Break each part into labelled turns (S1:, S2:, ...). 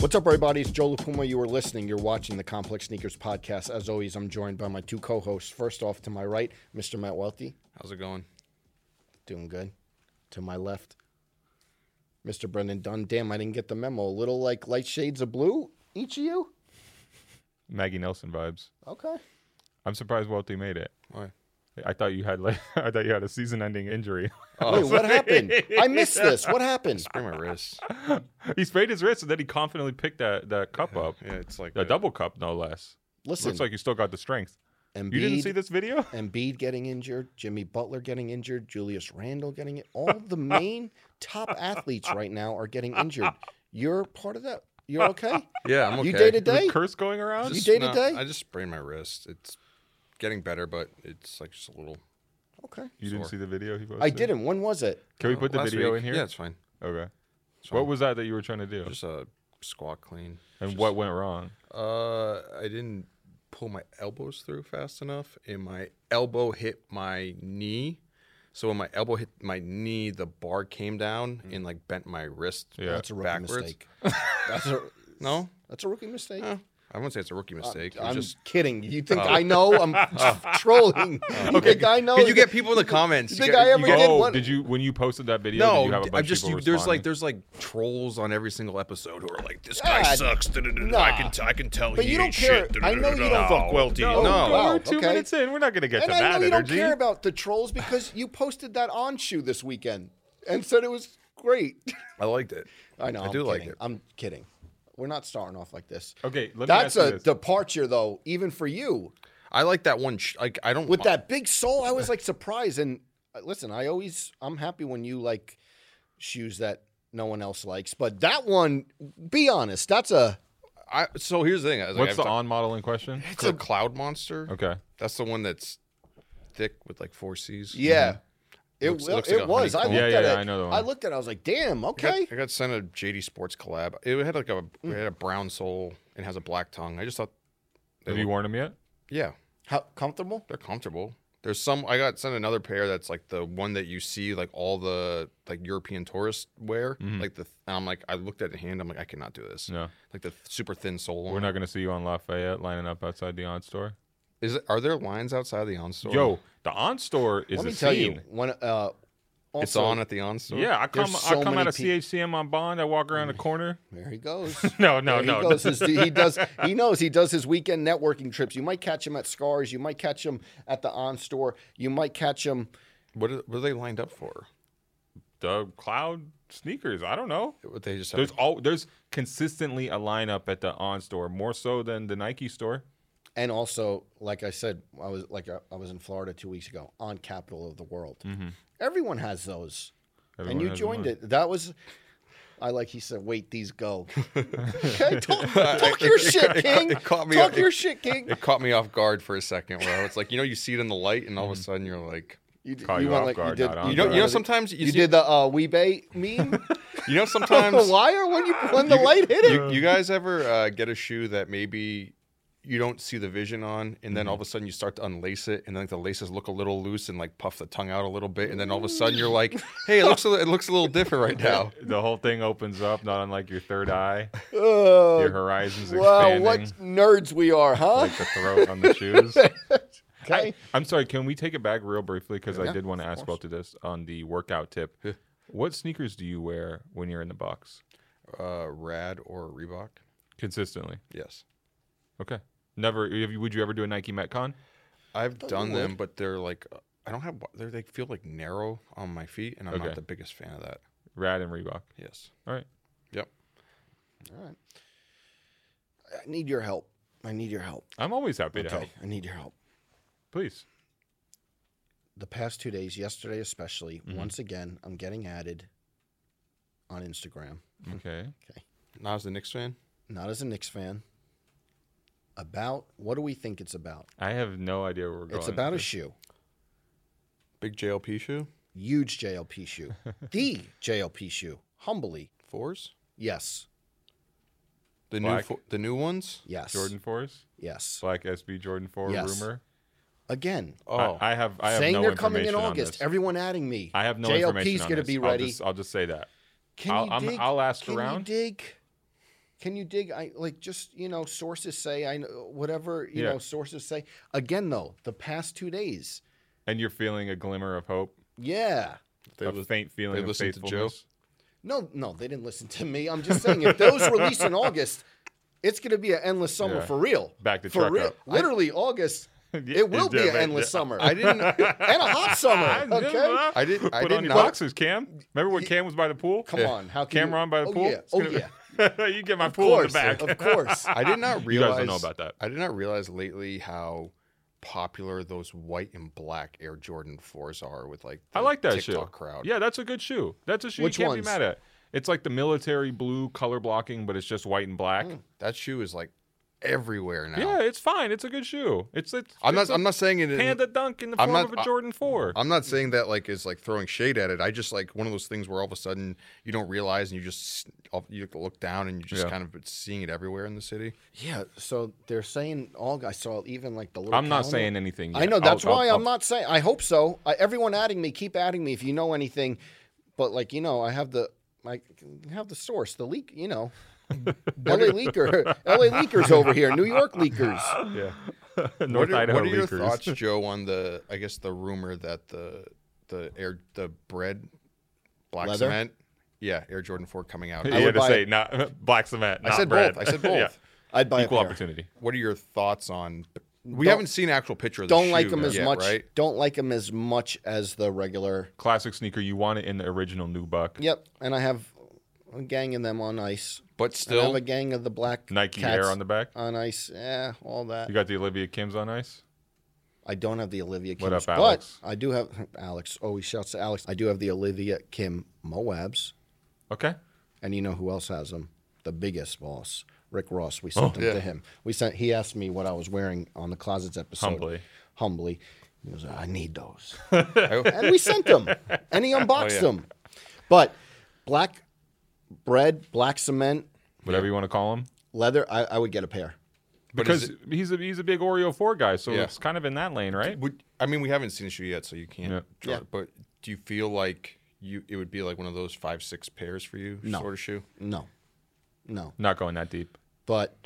S1: What's up, everybody? It's Joe LaPuma. You are listening. You're watching the Complex Sneakers Podcast. As always, I'm joined by my two co hosts. First off, to my right, Mr. Matt Welty.
S2: How's it going?
S1: Doing good. To my left, Mr. Brendan Dunn. Damn, I didn't get the memo. A little like light shades of blue, each of you?
S3: Maggie Nelson vibes.
S1: Okay.
S3: I'm surprised Welty made it.
S1: Oh,
S2: Why?
S3: I thought you had like I thought you had a season-ending injury.
S1: Wait, what happened? I missed this. What happened?
S2: Sprain my wrist.
S3: he sprayed his wrist and then he confidently picked that, that cup up.
S2: Yeah, it's like
S3: A double cup, no less.
S1: Listen,
S3: Looks like you still got the strength.
S1: Embiid,
S3: You didn't see this video?
S1: Embiid getting injured, Jimmy Butler getting injured, Julius Randle getting it. All the main top athletes right now are getting injured. You're part of that. You're okay?
S2: Yeah, I'm okay.
S1: You day to
S3: The
S1: day?
S3: curse going around?
S1: You day to
S2: no,
S1: day?
S2: I just sprained my wrist. It's getting better, but it's like just a little.
S1: Okay.
S3: You didn't
S2: sore.
S3: see the video he posted?
S1: I didn't. When was it?
S3: Can we
S2: Uh,
S3: put the
S2: last
S3: video
S2: week-
S3: in here?
S2: Yeah, it's fine.
S3: Okay.
S2: It's
S3: What
S2: fine.
S3: was that that you were trying to do?
S2: just a squat clean?
S3: and what went wrong?
S2: Uh, I didn't pull my elbows through fast enough, and my elbow hit my knee. So when my elbow hit my knee, the bar came down and like bent my wrist.
S3: Yeah.
S1: Mm. That's a rookie
S2: backwards.
S1: mistake. That's a
S2: No,
S1: that's a rookie mistake. Uh,
S2: Eh, I wouldn't say it's a rookie mistake. It was
S1: I'm
S2: just Oh.
S1: kidding. You think I know? I'm trolling. You think I know?
S2: Could you get people in the comments?
S1: You think
S2: get-
S1: I ever
S2: get-
S1: did
S3: oh,
S1: one-
S3: did you when you posted that video? did you have
S2: No,
S3: a bunch
S2: I'm
S3: of
S2: just
S3: people
S2: you, there's like
S3: responding?
S2: there's like trolls on every single episode who are like, this guy
S1: God,
S2: sucks. da, da, da, da, I
S1: nah.
S2: can t- I can tell.
S1: But
S2: he
S1: you don't
S2: ain't
S1: care.
S2: Shit. da,
S1: I
S2: da,
S1: know
S2: da,
S1: you
S2: da,
S1: don't
S2: da."
S1: fuck
S2: Welty. No,
S3: no, no,
S1: Wow,
S3: we're two
S1: okay.
S3: minutes in. We're not gonna get
S1: And
S3: to
S1: I
S3: that
S1: know you don't
S3: energy.
S1: care about the trolls because you posted that on shoe this weekend and said it was great.
S2: I liked it.
S1: I know.
S2: I
S1: I'm
S2: do like
S1: kidding.
S2: it.
S1: I'm kidding. We're not starting off like this.
S3: Okay, let me
S1: That's
S3: ask you
S1: a
S3: this.
S1: departure, though, even for you.
S2: I like that one. Sh- like I don't
S1: with
S2: mi-
S1: that big soul, I was like surprised. And uh, listen, I always I'm happy when you like shoes that no one else likes, but that one, be honest, that's a
S2: I, so here's the thing. I was like,
S3: What's
S2: I've
S3: the
S2: talked-
S3: on model in question?
S2: It's a cloud monster.
S3: Okay.
S2: That's the one that's thick with like four C's. Mm-hmm.
S1: yeah. It,
S2: Looks-
S1: wa-
S2: looks
S1: it
S2: like a
S1: was. I looked
S2: honeycomb.
S3: Yeah,
S1: at
S3: yeah,
S1: it.
S3: I know the one.
S1: I looked at. it. I was like, "Damn,
S2: I
S1: okay."
S2: got, I got sent a JD Sports collab. It had like a it had a brown sole and has a black tongue. I just thought,
S3: Have you worn them yet?
S2: yeah,
S1: How comfortable?
S2: They're comfortable. There's some I got sent another pair that's like the one that you see like all the like European tourists wear.
S1: Mm-hmm.
S2: Like the and I'm like I looked at the hand. I'm like I cannot do this.
S3: No.
S2: Like the super thin sole.
S3: We're
S2: one.
S3: not gonna see you on Lafayette lining up outside the on store.
S2: Is it, are there lines outside the on store?
S3: Yo, the on store is
S1: Let
S3: a
S1: me tell
S3: scene.
S1: you. When uh, also,
S2: it's on at the on store.
S3: Yeah, I come
S1: There's so
S3: I come
S1: many
S3: out of
S1: pe-
S3: CHCM on Bond. I walk around the corner.
S1: There he goes.
S3: No, no,
S1: There
S3: no.
S1: He, goes his, he does. He knows he does his weekend networking trips. You might catch him at Scars. You might catch him at the On Store. You might catch him.
S2: What are, what are they lined up for?
S3: The cloud sneakers. I don't know.
S2: What they just have,
S3: There's all there's consistently a lineup at the on store more so than the Nike store.
S1: and also like i said i was like uh, i, I was in florida two weeks ago on capital of the world
S2: Mm-hmm.
S1: everyone has those
S3: Everyone
S1: and you
S3: has
S1: joined
S3: one.
S1: it that was i like he said wait these go okay talk, talk your shit
S2: it ca-
S1: king
S2: it caught me
S1: talk
S2: up-
S1: your
S2: it-
S1: shit king
S2: It caught me off guard for a second where I was like, you know, you see it in the light, and all
S1: Mm-hmm.
S2: of a sudden you're like,
S1: you, d-
S3: Caught you
S1: went
S3: off
S1: like
S3: guard,
S1: you
S3: not
S1: did
S3: on
S1: you,
S2: you
S3: guard.
S2: know,
S1: did-
S2: you know, sometimes you,
S1: you
S2: see,
S1: did the uh, Weebay meme
S2: you know,
S1: the
S2: sometimes
S1: wire when you when the light hit it
S2: you, you guys ever uh, get a shoe that maybe you don't see the vision on, and then all of a sudden you start to unlace it, and then like, the laces look a little loose and like puff the tongue out a little bit, and then all of a sudden you're like, "Hey, it looks a, li- it looks a little different right now."
S3: The whole thing opens up, not unlike your third eye.
S1: Oh,
S3: Your horizons
S1: wow
S3: expanding.
S1: what nerds we are huh
S3: Like the throat on the shoes.
S1: okay
S3: I'm sorry. Can we take it back real briefly because I did want to ask Welty this on the workout tip. what sneakers do you wear when you're in the box
S2: Uh, Rad or Reebok?
S3: consistently?
S2: Yes,
S3: Okay. Never. have you- Would you ever do a Nike Metcon?
S2: I've
S1: thought you
S2: done them,
S1: would.
S2: but they're like I don't have they they feel like narrow on my feet, and I'm
S3: Okay.
S2: not the biggest fan of that.
S3: Rad and Reebok.
S2: Yes,
S3: All right.
S2: yep.
S1: all right i need your help i need your help
S3: I'm always happy to
S1: okay
S3: help.
S1: i need your help
S3: Please.
S1: the past two days, yesterday especially,
S3: Mm-hmm.
S1: once again, I'm getting added on Instagram.
S3: Okay.
S1: Okay.
S2: Not as the Knicks fan.
S1: Not as a Knicks fan. About what do we think it's about?
S3: I have no idea where we're going.
S1: it's about a
S3: with
S1: shoe.
S2: Big JLP shoe
S1: Huge JLP shoe. the JLP shoe. Humbly.
S2: fours.
S1: Yes.
S2: The
S3: Black.
S2: new fo- the new ones.
S1: Yes.
S3: Jordan fours,
S1: Yes.
S3: Black SB Jordan four
S1: Yes.
S3: rumor.
S1: Again.
S2: Oh,
S3: I, I have. I have
S1: saying
S3: no
S1: they're coming in
S3: information on
S1: August.
S3: this.
S1: Everyone adding me.
S3: I have no
S1: JLP's
S3: information on
S1: gonna
S3: this.
S1: be
S3: I'll
S1: ready.
S3: just, I'll just say that.
S1: Can
S3: I'll-
S1: you
S3: I'm-
S1: dig?
S3: I'll ask
S1: Can
S3: around.
S1: You dig? Can you dig? I like just you know sources say I know whatever you
S3: Yeah.
S1: know sources say. Again though, the past two days,
S3: and you're feeling a glimmer of hope,
S1: yeah.
S2: They
S3: a
S2: lis-
S3: faint feeling
S2: they
S3: of
S2: listened to Joe?
S3: faithfulness.
S1: No, no, they didn't listen to me. I'm just saying, if those release in August, it's going to be an endless summer
S3: Yeah.
S1: for real.
S3: Back to
S1: for
S3: truck
S1: real.
S3: up.
S1: Literally, August,
S3: Yeah,
S1: it will be
S3: yeah,
S1: an
S3: man,
S1: endless
S3: yeah.
S1: summer
S2: I didn't.
S1: and a hot summer. Okay,
S2: I did- I
S3: Put
S2: did
S3: on your
S2: not-
S3: boxes, Cam. Remember when Cam was by the pool?
S1: come on, how can you-
S3: Cameron by the
S1: oh,
S3: pool.
S1: Yeah.
S3: It's
S1: Oh
S3: gonna-
S1: yeah,
S3: you get my
S1: of
S3: pool in
S1: course,
S3: the back.
S1: of course.
S2: I did not
S3: You guys
S2: realize.
S3: don't know about that.
S2: I did not realize lately how popular those white and black Air Jordan fours are with like. The
S3: I like that
S2: TikTok
S3: shoe.
S2: crowd.
S3: Yeah, that's a good shoe. That's a shoe
S1: Which
S3: you can't
S1: ones?
S3: be mad at. It's like the military blue color blocking, but it's just white and black.
S1: Mm.
S2: that shoe is like everywhere now.
S3: Yeah, it's fine. It's a good shoe. It's it's,
S2: I'm
S3: it's
S2: not.
S3: a
S2: I'm not saying it.
S3: panda dunk in the
S2: I'm
S3: form
S2: not-
S3: of a
S2: I-
S3: Jordan Four.
S2: I'm not saying that like is like throwing shade at it. I just like one of those things where all of a sudden you don't realize and you just you look down and you're just
S3: Yeah.
S2: kind of seeing it everywhere in the city.
S1: yeah. So they're saying all. I saw even like the little.
S3: I'm not
S1: calendar.
S3: saying anything. Yet.
S1: I know
S3: I'll-
S1: that's
S3: I'll-
S1: why i
S3: I'll-
S1: am not saying. I hope so. I, everyone adding me, keep adding me if you know anything. But like you know, I have the I have the source, the leak. You know, L.A. leaker, L.A. leakers over here, New York leakers.
S3: Yeah.
S2: what
S3: North
S2: are,
S3: Idaho
S2: what are your
S3: Leakers.
S2: thoughts, Joe, on the I guess the rumor that the the air the bread black
S1: Leather?
S2: cement, yeah, Air Jordan Four coming out.
S3: You
S1: I
S2: I-
S1: would
S3: had to
S1: buy
S3: say
S1: it.
S3: not black cement.
S2: I
S3: not
S2: said
S3: bread.
S2: both. I said both.
S3: Yeah.
S1: I'd buy
S3: Equal
S1: a pair.
S3: opportunity.
S2: What are your thoughts on? We
S1: Don't-
S2: haven't seen actual picture of the
S1: Don't like
S2: shoe
S1: them as
S2: yet,
S1: much.
S2: right?
S1: Don't like them as much as the regular.
S3: Classic sneaker. You want it in the original new buck.
S1: Yep, and I have a gang of them on ice.
S2: But
S1: And I have
S2: still,
S1: a gang of the black
S3: Nike
S1: cats
S3: Air on the back.
S1: on ice. Yeah, all that.
S3: You got the Olivia Kim's on ice.
S1: I don't have the Olivia Kim.
S3: What up, Alex?
S1: But I do have Alex. Always shouts to Alex. I do have the Olivia Kim Moabs,
S3: Okay.
S1: and you know who else has them? The biggest boss, Rick Ross.
S3: Oh,
S1: We sent them
S2: yeah.
S1: to him. We sent. He asked me what I was wearing on the closets episode.
S3: Humbly.
S1: Humbly. He goes, I need those.
S2: I-
S1: and we sent them, and
S3: Oh,
S1: he unboxed
S2: yeah.
S1: them. But black bread, black cement,
S3: Whatever you want to call them.
S1: leather. I, I would get a pair.
S2: But is
S3: Because he's a he's a big Oreo four guy, so
S2: Yeah.
S3: it's kind of in that lane, right?
S2: would, I mean, we haven't seen the shoe yet, so you can't.
S3: Yeah.
S2: draw
S1: Yeah.
S2: it, But do you feel like you it would be like one of those five six pairs for you
S1: No.
S2: sort of shoe?
S1: No, no.
S3: Not going that deep.
S1: But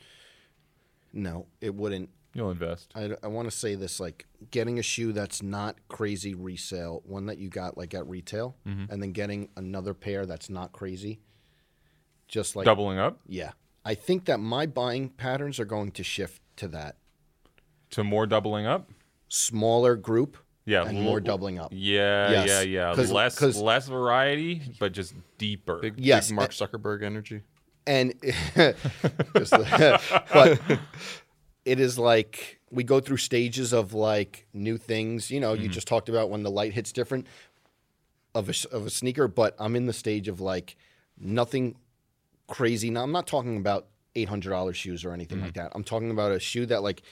S1: no, it wouldn't.
S3: You'll invest.
S1: I, want to say this like getting a shoe that's not crazy resale, one that you got like at retail, and then getting another pair that's not crazy. Just like
S3: Doubling up
S1: yeah, I think that my buying patterns are going to shift to that
S3: to more doubling up.
S1: smaller group.
S3: Yeah,
S1: and
S3: l-
S1: more doubling up.
S3: Yeah,
S1: Yes.
S3: yeah, yeah.
S1: 'Cause-
S3: less
S1: 'cause-
S3: less variety, but just deeper.
S2: Big, big
S1: Yes, eh
S2: Mark Zuckerberg energy.
S1: and just the- but it is like we go through stages of like new things you know
S3: Mm-hmm.
S1: you just talked about when the light hits different of a, s- of a sneaker but i'm in the stage of like nothing crazy now i'm not talking about $800 shoes or anything like
S3: Mm-hmm.
S1: that i'm talking about a shoe that like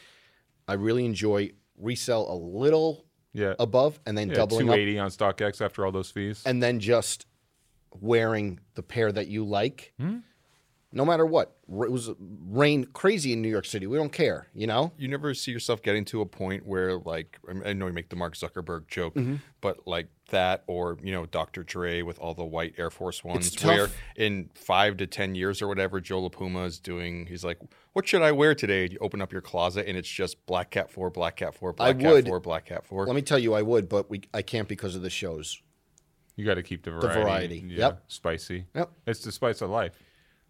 S1: i really enjoy resell a little
S3: yeah.
S1: above and then
S3: yeah
S1: doubling up
S3: 280 on StockX after all those fees.
S1: and then just wearing the pair that you like,
S3: Hmm?
S1: no matter what. R- It was rain crazy in New York City. We don't care, you know.
S2: you never see yourself getting to a point where like I mean, I know you make the Mark Zuckerberg joke,
S1: Mm-hmm.
S2: but like that or you know Dr. Dre with all the white Air Force ones,
S1: tough.
S2: where in five to ten years or whatever, Joe LaPuma is doing. He's like, "What should I wear today?" You open up your closet and it's just black cat four, black cat four, black cat
S1: would-
S2: four, black cat four.
S1: Let me tell you, I would, but we I can't because of the shows.
S3: you got to keep the variety.
S1: variety,
S3: Yeah,
S1: yep.
S3: Spicy.
S1: Yep.
S3: It's the spice of life.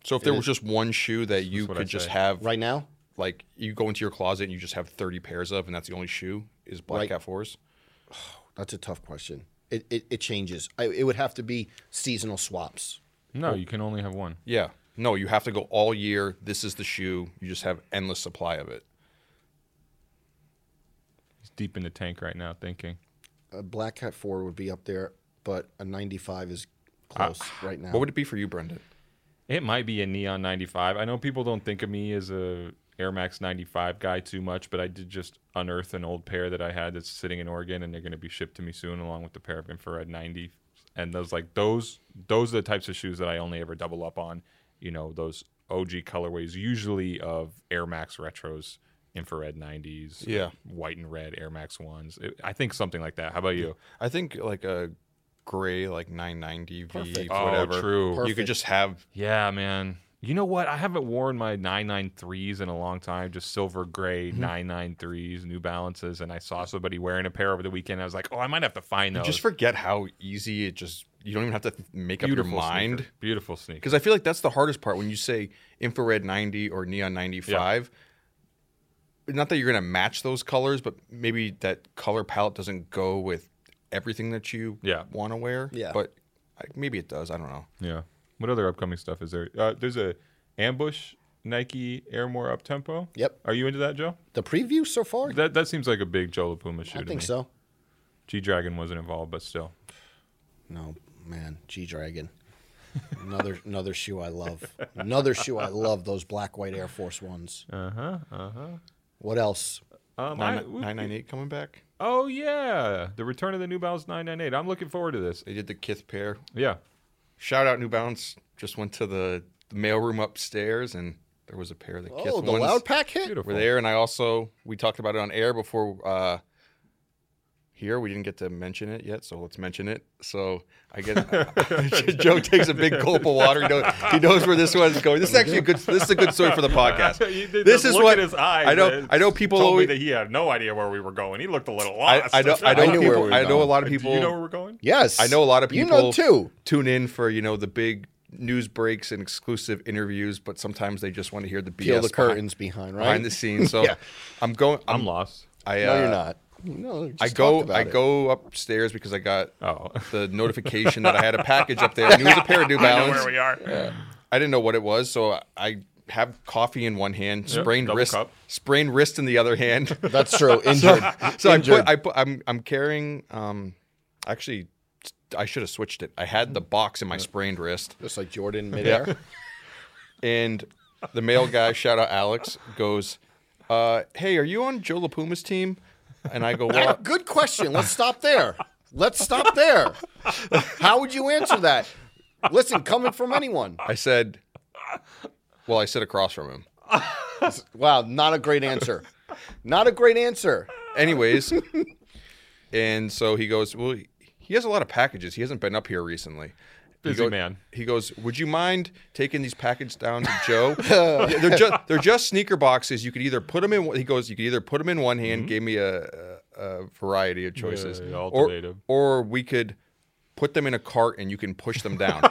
S2: so if there was just one shoe that you
S3: what
S2: could
S3: I
S2: just
S3: say.
S2: have,
S1: Right now,
S2: like you go into your closet and you just have thirty pairs of, and that's the only shoe is black
S1: Right.
S2: cat fours.
S1: that's a tough question. It it, it changes. I, it would have to be seasonal swaps.
S3: No, you can only have one.
S2: Yeah. No, you have to go all year. This is the shoe. You just have endless supply of it.
S3: He's deep in the tank right now thinking.
S1: A black hat four would be up there, but a ninety five is
S3: Ah.
S1: close right now.
S2: What would it be for you, Brendan?
S3: It might be a Neon 95. I know people don't think of me as a Air Max 95 guy too much, but I did just unearth an old pair that I had that's sitting in Oregon and they're going to be shipped to me soon along with the pair of infrared 90s. And those like those those are the types of shoes that I only ever double up on, you know, those OG colorways usually of Air Max retros, infrared 90s,
S2: Yeah.
S3: white and red Air Max 1s. It- I think something like that. How about you?
S2: I think like a gray, like 990 V,
S1: Perfect.
S2: whatever.
S3: true.
S2: You could
S1: Perfect.
S2: just have
S3: Yeah, man. You know what? I haven't worn my 993s in a long time, just silver gray
S2: Mm-hmm.
S3: 993s, New Balances. And I saw somebody wearing a pair over the weekend. I was like, oh, I might have to find
S2: You
S3: those.
S2: just forget how easy it just. You don't even have to th- make up your mind.
S3: Sneaker. Beautiful sneaker.
S2: Because I feel like that's the hardest part when you say infrared 90 or neon 95. Not that you're going to match those colors, but maybe that color palette doesn't go with everything that you
S3: Yeah.
S2: want to wear.
S1: Yeah.
S2: But I- maybe it does. I don't know.
S3: Yeah. What other upcoming stuff is there? Uh, there's a ambush Nike Airmore Up Tempo.
S1: Yep.
S3: Are you into that, Joe?
S1: The preview so far,
S3: That that seems like a big Joe LaPuma shoe
S1: I
S3: to
S1: think
S3: me.
S1: so.
S3: G Dragon wasn't involved, but still.
S1: No, man, G Dragon. Another another shoe I love. Another shoe I love. Those black white Air Force ones.
S3: Uh huh. Uh huh.
S1: What else?
S3: Um, I-
S2: Nine- 998 coming back.
S3: oh yeah, the return of the New Balance 998. I'm looking forward to this.
S2: They did the Kith pair.
S3: Yeah.
S2: Shout out New Balance. Just went to the, the mailroom upstairs and there was a pair of the Kith
S1: oh, the
S2: ones
S1: loud pack hit.
S3: Beautiful.
S2: were there. And I also, we talked about it on air before uh, here. We didn't get to mention it yet, so let's mention it. So I get Joe takes a big gulp of water. He knows, he knows where this one's going. This is actually a good. This is a good story for the podcast.
S3: You did-
S2: This
S3: the
S2: is
S3: look
S2: what
S3: in his eyes.
S2: I know.
S3: it
S2: I know people
S3: told
S2: always.
S3: me that he had no idea where we were going. He looked a little
S2: I,
S3: lost.
S2: I know. I know.
S1: I knew where
S2: people,
S1: we were
S2: I know a
S1: going.
S2: lot of
S3: Do
S2: people.
S3: you know where we're going?
S1: Yes,
S2: I know a lot of
S1: You
S2: people.
S1: know too.
S2: Tune in for you know the big news breaks and exclusive interviews, but sometimes they just want to hear the BS
S1: Peel the
S2: behind-
S1: curtains behind, right?
S2: behind the scenes. So
S1: Yeah.
S2: I'm going. I'm.
S3: I'm lost.
S2: I,
S1: no,
S2: uh,
S1: you're not. No, just
S2: I
S1: talked
S2: go
S1: about
S2: I
S1: it. Uh.
S2: go upstairs because I got
S3: Oh.
S2: the notification that I had a package up there. And it was a pair of New
S3: I know
S2: Balance.
S3: where we are.
S2: I didn't know what it was, so I have coffee in one hand,
S3: Yeah,
S2: sprained
S3: double
S2: wrist,
S3: cup.
S2: sprained wrist in the other hand.
S1: That's true. Injured.
S2: so I
S1: Injured.
S2: put I put I'm I'm carrying um actually I should have switched it. I had the box in my sprained wrist.
S1: just like Jordan midair.
S2: and the mail guy, shout out Alex, goes, uh, "Hey, are you on Joe LaPuma's team?" And I go,
S1: Ah,
S2: "Well,
S1: Good question. Let's stop there. Let's stop there. How would you answer that? Listen, coming from anyone.
S2: I said, well, I sit across from him."
S1: Wow, not a great answer. Not a great answer.
S2: Anyways, and so he goes, well, he has a lot of packages. He hasn't been up here recently. He
S3: Busy man.
S2: He goes, would you mind taking these packages down to Joe? Yeah, they're just they're just sneaker boxes. You could either put them in. He goes, you could either put them in one hand. Gave me a, a, a variety of choices,
S3: Mm-hmm. yeah,
S2: or
S3: alternative.
S2: or we could put them in a cart and you can push them down.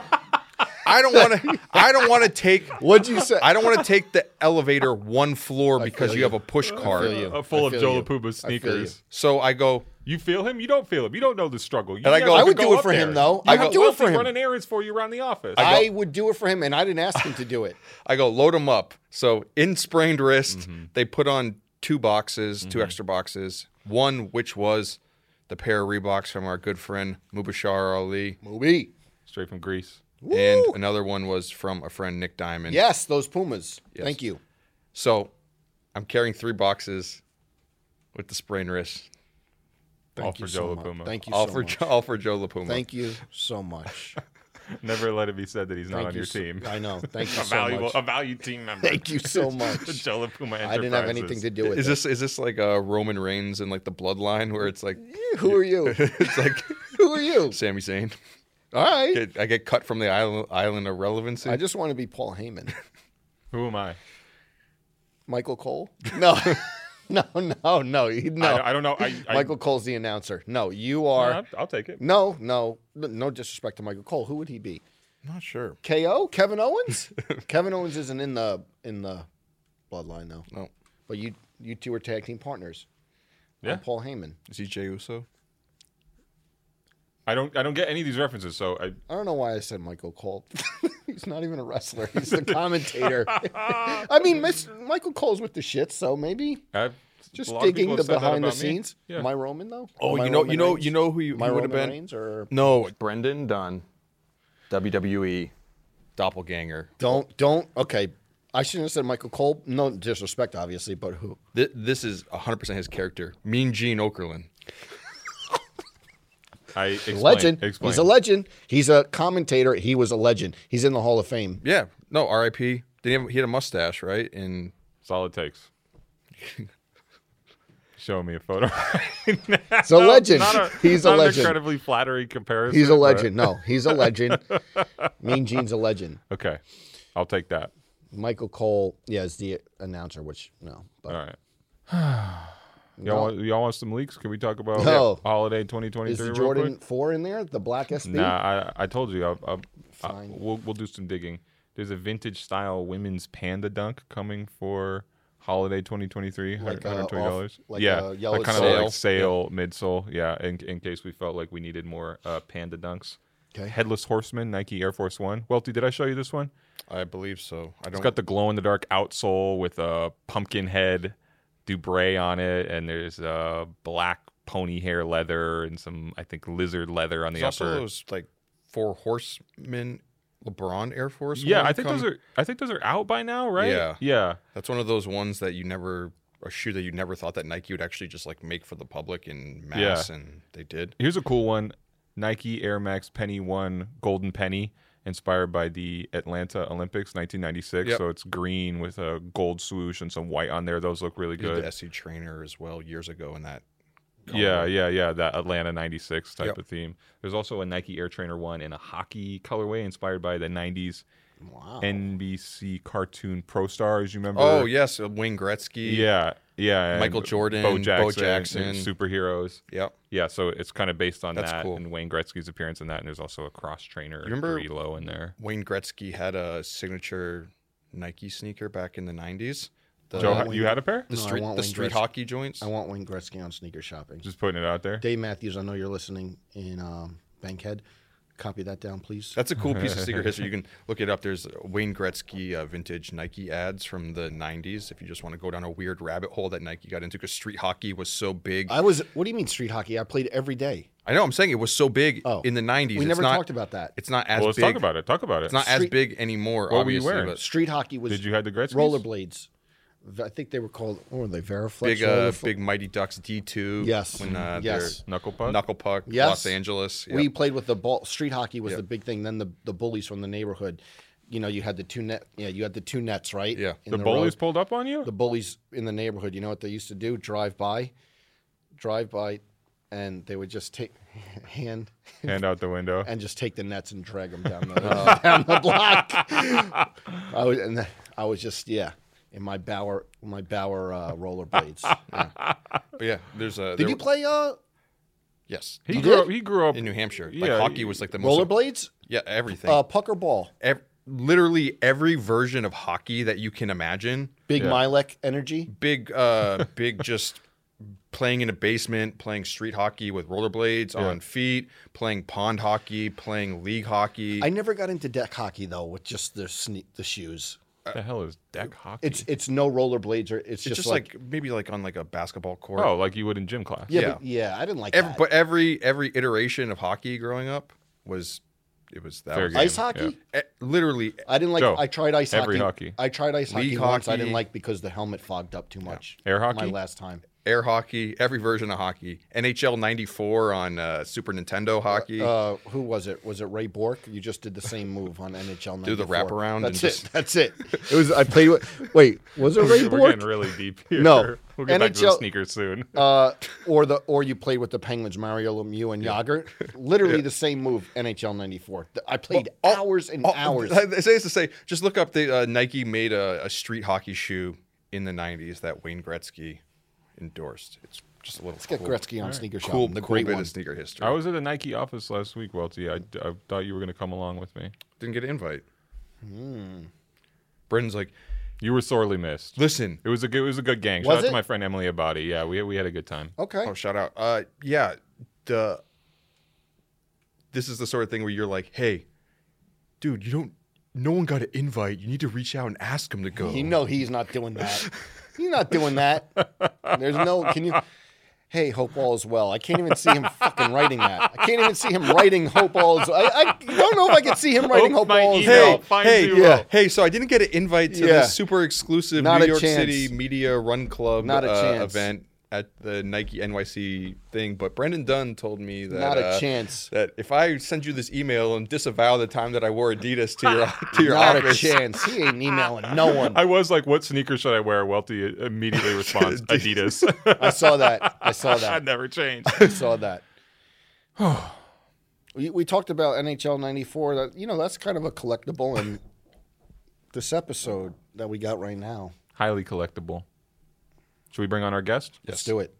S2: I don't want to. I don't want to take.
S1: What'd you say?
S2: I don't want to take the elevator one floor because
S1: feel
S2: you,
S1: you.
S2: have a push cart.
S1: feel you.
S3: Uh, full
S1: I
S3: of
S1: feel
S3: Joe
S1: you.
S3: LaPuma's
S1: I feel you.
S3: sneakers.
S2: So I go.
S3: You feel him? You don't feel him. You don't know the struggle. You
S2: And I
S3: never
S2: go- I
S3: have to
S1: would do it
S3: up
S1: for him,
S3: there.
S1: though.
S3: You
S1: I
S3: have
S1: would do it
S3: Lesley
S1: for him.
S3: running errands for you around the office.
S1: I would do it for him, and I didn't ask him to do it.
S2: I go load them up. So in sprained wrist,
S1: Mm-hmm.
S2: they put on two boxes, two extra boxes. One which was the pair of Reeboks from our good friend Mubashar Ali,
S1: Moby.
S3: Straight from Greece.
S2: and another one was from a friend Nick Diamond.
S1: Yes, those Pumas. Thank you.
S2: So I'm carrying three boxes with the sprained wrist,
S1: Thank
S3: All
S1: you
S3: for
S1: so
S3: Joe
S1: much.
S3: LaPuma.
S1: Thank you
S2: all
S1: so
S2: for
S1: much.
S2: Jo- all for Joe LaPuma.
S1: Thank you so much.
S3: Never let it be said that he's not
S1: Thank
S3: on
S1: you
S3: your
S1: so-
S3: team.
S1: I know. Thank you
S3: a
S1: so
S3: valuable,
S1: much.
S3: a valued team member.
S1: Thank you so
S3: The
S1: much.
S3: Joe LaPuma
S1: I didn't have anything to do with
S2: Is
S1: it.
S2: this is this like a Roman Reigns in like the bloodline where it's like
S1: Who are you?
S2: it's like
S1: Who are you?
S2: Sami Zayn?
S1: All right.
S2: Get- I get cut from the island island of relevancy.
S1: I just want to be Paul Heyman.
S3: Who am I?
S1: Michael Cole? No. no, no, no. he- No.
S3: I, I don't know. I, I,
S1: Michael Cole's the announcer. No, you
S3: Yeah,
S1: are.
S3: I'll, I'll take it.
S1: No, no, no disrespect to Michael Cole. Who would he be?
S2: I'm not sure.
S1: KO? Kevin Owens? Kevin Owens isn't in the in the bloodline though.
S2: No.
S1: But you you two are tag team partners.
S3: Yeah.
S1: I'm Paul Heyman.
S2: Is he Jey Uso?
S3: I don't. I don't get any of these references. So I,
S1: I don't know why I said Michael Cole. he's not even a wrestler. He's the commentator. I mean, Miss, Michael Cole's with the shit, so maybe
S3: I
S1: just
S3: a lot of
S1: digging
S3: people
S1: the
S3: have said that
S1: behind the
S3: about me.
S1: scenes.
S3: Yeah.
S1: Am I Roman though?
S2: Oh,
S1: Am I
S2: you know,
S1: Roman
S2: you know,
S1: Reigns?
S2: you know who you
S1: Am I
S2: would have
S1: Roman
S2: been?
S1: Reigns or
S2: No, Brendan Dunn,
S3: E.
S2: WWE doppelganger.
S1: Don't don't okay. I shouldn't have said Michael Cole. No disrespect, obviously, but who?
S2: Th- this is 100% his character. Mean Gene Okerlund.
S3: I explain,
S1: Legend.
S3: Explain.
S1: He's a legend. He's a commentator. He was a legend. He's in the Hall of Fame.
S2: Yeah, no, RIP. Did he, have, he had a mustache, right? And
S3: That's all it takes. Show me a photo.
S1: He's a legend.
S3: Not a,
S1: he's a
S3: not An
S1: legend.
S3: incredibly flattering comparison.
S1: He's a
S3: but-
S1: legend. No, he's a legend. mean Gene's a legend.
S3: Okay, I'll take that.
S1: Michael Cole, yeah, is the announcer, which no, but
S3: All right. Y'all, want, y'all want some leaks? Can we talk about
S1: No.
S3: holiday
S1: is
S3: 2023
S1: the
S3: real
S1: Jordan
S3: quick?
S1: Four in there? The black SB?
S3: Nah, I, I told you. I, I, I,
S1: Fine.
S3: we'll, we'll do some digging. There's a vintage style women's panda dunk coming for holiday 2023.
S1: Like, uh,
S3: $120.
S1: off- like,
S3: yeah,
S1: uh, yellow
S3: like kind of
S2: sale.
S3: like sale midsole. Yeah, in, in case we felt like we needed more uh, panda dunks.
S1: 'Kay.
S3: Headless Horseman, Nike Air Force One. Welty, did I show you this one?
S2: I believe so. I don't.
S3: It's got the glow in the dark outsole with a pumpkin head Dubray on it, and there's uh, black pony hair leather and some, I think, lizard leather on the
S2: there's also
S3: upper.
S2: those like four horsemen LeBron Air Force.
S3: yeah,
S2: one
S3: I think
S2: come-
S3: those are. I think those are out by now, right?
S2: Yeah.
S3: yeah.
S2: That's one of those ones that you never a shoe that you never thought that Nike would actually just like make for the public in mass, and they did.
S3: Here's a cool one: Nike Air Max Penny One Golden Penny, inspired by the Atlanta Olympics, 1996.
S2: Yep.
S3: So it's green with a gold swoosh and some white on there. Those look really
S2: They did
S3: good.
S2: the SC Trainer as well years ago in that.
S3: Yeah, yeah, yeah. That Atlanta 96 type
S2: Yep.
S3: of theme. There's also a Nike Air Trainer one in a hockey colorway inspired by the 90s
S1: wow.
S3: NBC cartoon Pro Stars. You remember?
S2: Oh yes, uh, Wayne Gretzky.
S3: Yeah, yeah. and
S2: Michael Jordan,
S3: Bo
S2: Bo
S3: Jackson, and
S2: Jackson.
S3: superheroes.
S2: Yep.
S3: Yeah, so it's kind of based on
S2: That's
S3: that
S2: cool.
S3: and Wayne Gretzky's appearance in that. And there's also a cross trainer
S2: remember-
S3: Grillo in there.
S2: Wayne Gretzky had a signature Nike sneaker back in the '90s. The,
S3: Joe,
S1: want
S3: ha-
S1: Wayne-
S3: you had a pair?
S2: the
S1: No, I
S2: street,
S1: want
S2: the
S1: Wayne
S2: street
S1: Gretzky.
S2: hockey joints.
S1: I want Wayne Gretzky on sneaker shopping.
S3: Just putting it out there.
S1: Dave Matthews, I know you're listening in um, Bankhead. Copy that down, please.
S2: That's a cool piece of secret history. You can look it up. There's Wayne Gretzky uh, vintage Nike ads from the '90s. If you just want to go down a weird rabbit hole that Nike got into, because street hockey was so big. I,
S1: I was. What do you mean street hockey? I played every day.
S2: know. I'm saying it was so big
S1: Oh.
S2: in the '90s.
S1: We
S2: it's
S1: never
S2: not,
S1: talked about that.
S2: It's not as
S3: well, let's
S2: big.
S3: talk about it. Talk about it.
S2: It's not as
S1: Street-
S2: big anymore.
S3: What were you
S2: obviously,
S3: wearing?
S2: but
S1: Street hockey was.
S3: Did you have the Gretzky's?
S1: rollerblades? V- I think they were called. What were they? Veriflex.
S2: big, uh,
S1: Rollerfl-
S2: big Mighty Ducks D2.
S1: Yes.
S2: When uh,
S1: Yes.
S3: Knuckle
S2: their
S3: puck?
S2: knuckle puck.
S1: Yes.
S2: Los Angeles.
S1: We
S2: yep.
S1: played with the ball. Street hockey was
S2: Yep.
S1: the big thing. Then the, the bullies from the neighborhood. You know, you had the two net. Yeah, you had the two nets, right?
S2: Yeah.
S1: In
S3: the
S1: row.
S3: bullies pulled up on you?
S1: The bullies in the neighborhood. You know what they used to do? Drive by, drive by, and they would just take hand
S3: Hand out the window.
S1: and just take the nets and drag them down the,
S2: Oh.
S1: down the block. I was, and I was just yeah, in my Bauer my Bauer uh, rollerblades. Yeah.
S2: But yeah. There's a.
S1: Did you play uh,
S2: Yes.
S3: He
S1: You
S3: grew
S1: did?
S3: up. He grew up
S2: in New Hampshire.
S3: Yeah,
S2: like hockey was like the most.
S1: rollerblades?
S2: Yeah. Everything.
S1: Uh, pucker ball,
S2: Ev- literally every version of hockey that you can imagine.
S1: big
S3: Yeah.
S1: Milek energy.
S2: Big, uh, big, just playing in a basement, playing street hockey with rollerblades on feet, playing pond hockey, playing league hockey.
S1: I never got into deck hockey though, with just the sne- the shoes.
S3: What the hell is deck hockey?
S1: It's it's no rollerblades or it's,
S2: it's just like, maybe like on like a basketball court.
S3: oh, like you would in gym class.
S1: yeah yeah. yeah I didn't like
S2: Every,
S1: that.
S2: but every every iteration of hockey growing up was it was that
S3: Fair
S2: was,
S3: game.
S1: ice hockey.
S3: yeah.
S2: eh, literally
S1: I didn't like.
S3: Joe,
S1: I tried ice
S3: every
S1: hockey.
S3: hockey.
S1: I tried ice
S2: League
S1: hockey once. I
S2: hockey.
S1: didn't like because the helmet fogged up too much.
S3: Air
S1: My
S3: hockey?
S1: last time.
S2: air hockey, every version of hockey, NHL '94 on uh, Super Nintendo hockey.
S1: Uh, who was it? Was it Ray Bork? You just did the same move on NHL. 94.
S2: Do the wraparound and
S1: That's it.
S2: just-
S1: That's it. It was. I played. With, wait, was it Ray
S3: We're
S1: Bork?
S3: getting really deep here.
S1: No.
S3: We'll get back to the
S1: NHL
S3: sneakers soon.
S1: Uh, or the or you played with the Penguins, Mario Lemieux and Yager. Literally the same move. NHL '94. I played hours and
S2: Oh,
S1: hours.
S2: I, I say this to say, just look up the uh, Nike made a, a street hockey shoe in the '90s that Wayne Gretzky endorsed. It's just a little
S1: Get
S2: cool,
S1: Gretzky on sneaker shop.
S2: cool,
S1: the
S2: cool
S1: great
S2: bit
S1: one.
S2: of sneaker history.
S3: I was at the Nike office last week, Welty. I, I thought you were going to come along with me.
S2: Didn't get an invite.
S1: Hmm.
S2: Brendan's like,
S3: You were sorely missed.
S2: listen.
S3: It was a good, it was a good gang.
S1: Was
S3: Shout out
S1: it?
S3: to my friend Emily Abadi. Yeah, we we had a good time.
S1: Okay.
S2: Oh, shout out. Uh, yeah, the. This is the sort of thing where you're like, hey, dude, you don't. No one got an invite. You need to reach out and ask him to go.
S1: You know he's not doing that. He's not doing that. There's no. Can you? Hey, hope all is well. I can't even see him fucking writing that. I can't even see him writing hope all is. I, I don't know if I can see him writing
S3: Hope
S1: hope,
S3: my
S1: all is
S3: email
S1: well.
S2: hey,
S3: finds
S2: hey,
S3: you
S1: out.
S2: hey, so I didn't get an invite to
S1: Yeah.
S2: this super exclusive
S1: Not a
S2: New York
S1: chance.
S2: City Media Run Club
S1: Not a
S2: uh,
S1: chance.
S2: event at the Nike NYC thing, but Brendan Dunn told me that
S1: Not a
S2: uh,
S1: chance.
S2: that if I send you this email and disavow the time that I wore Adidas to your to your
S1: Not a
S2: office,
S1: chance. He ain't emailing no one.
S3: I was like, "What sneaker should I wear?" Welty immediately responds, "Adidas."
S1: I saw that. I saw
S3: I
S1: that.
S3: never changed.
S1: I saw that. we, we talked about NHL '94. That you know that's kind of a collectible and this episode that we got right now.
S3: Highly collectible. Should we bring on our guest?
S1: Let's do it.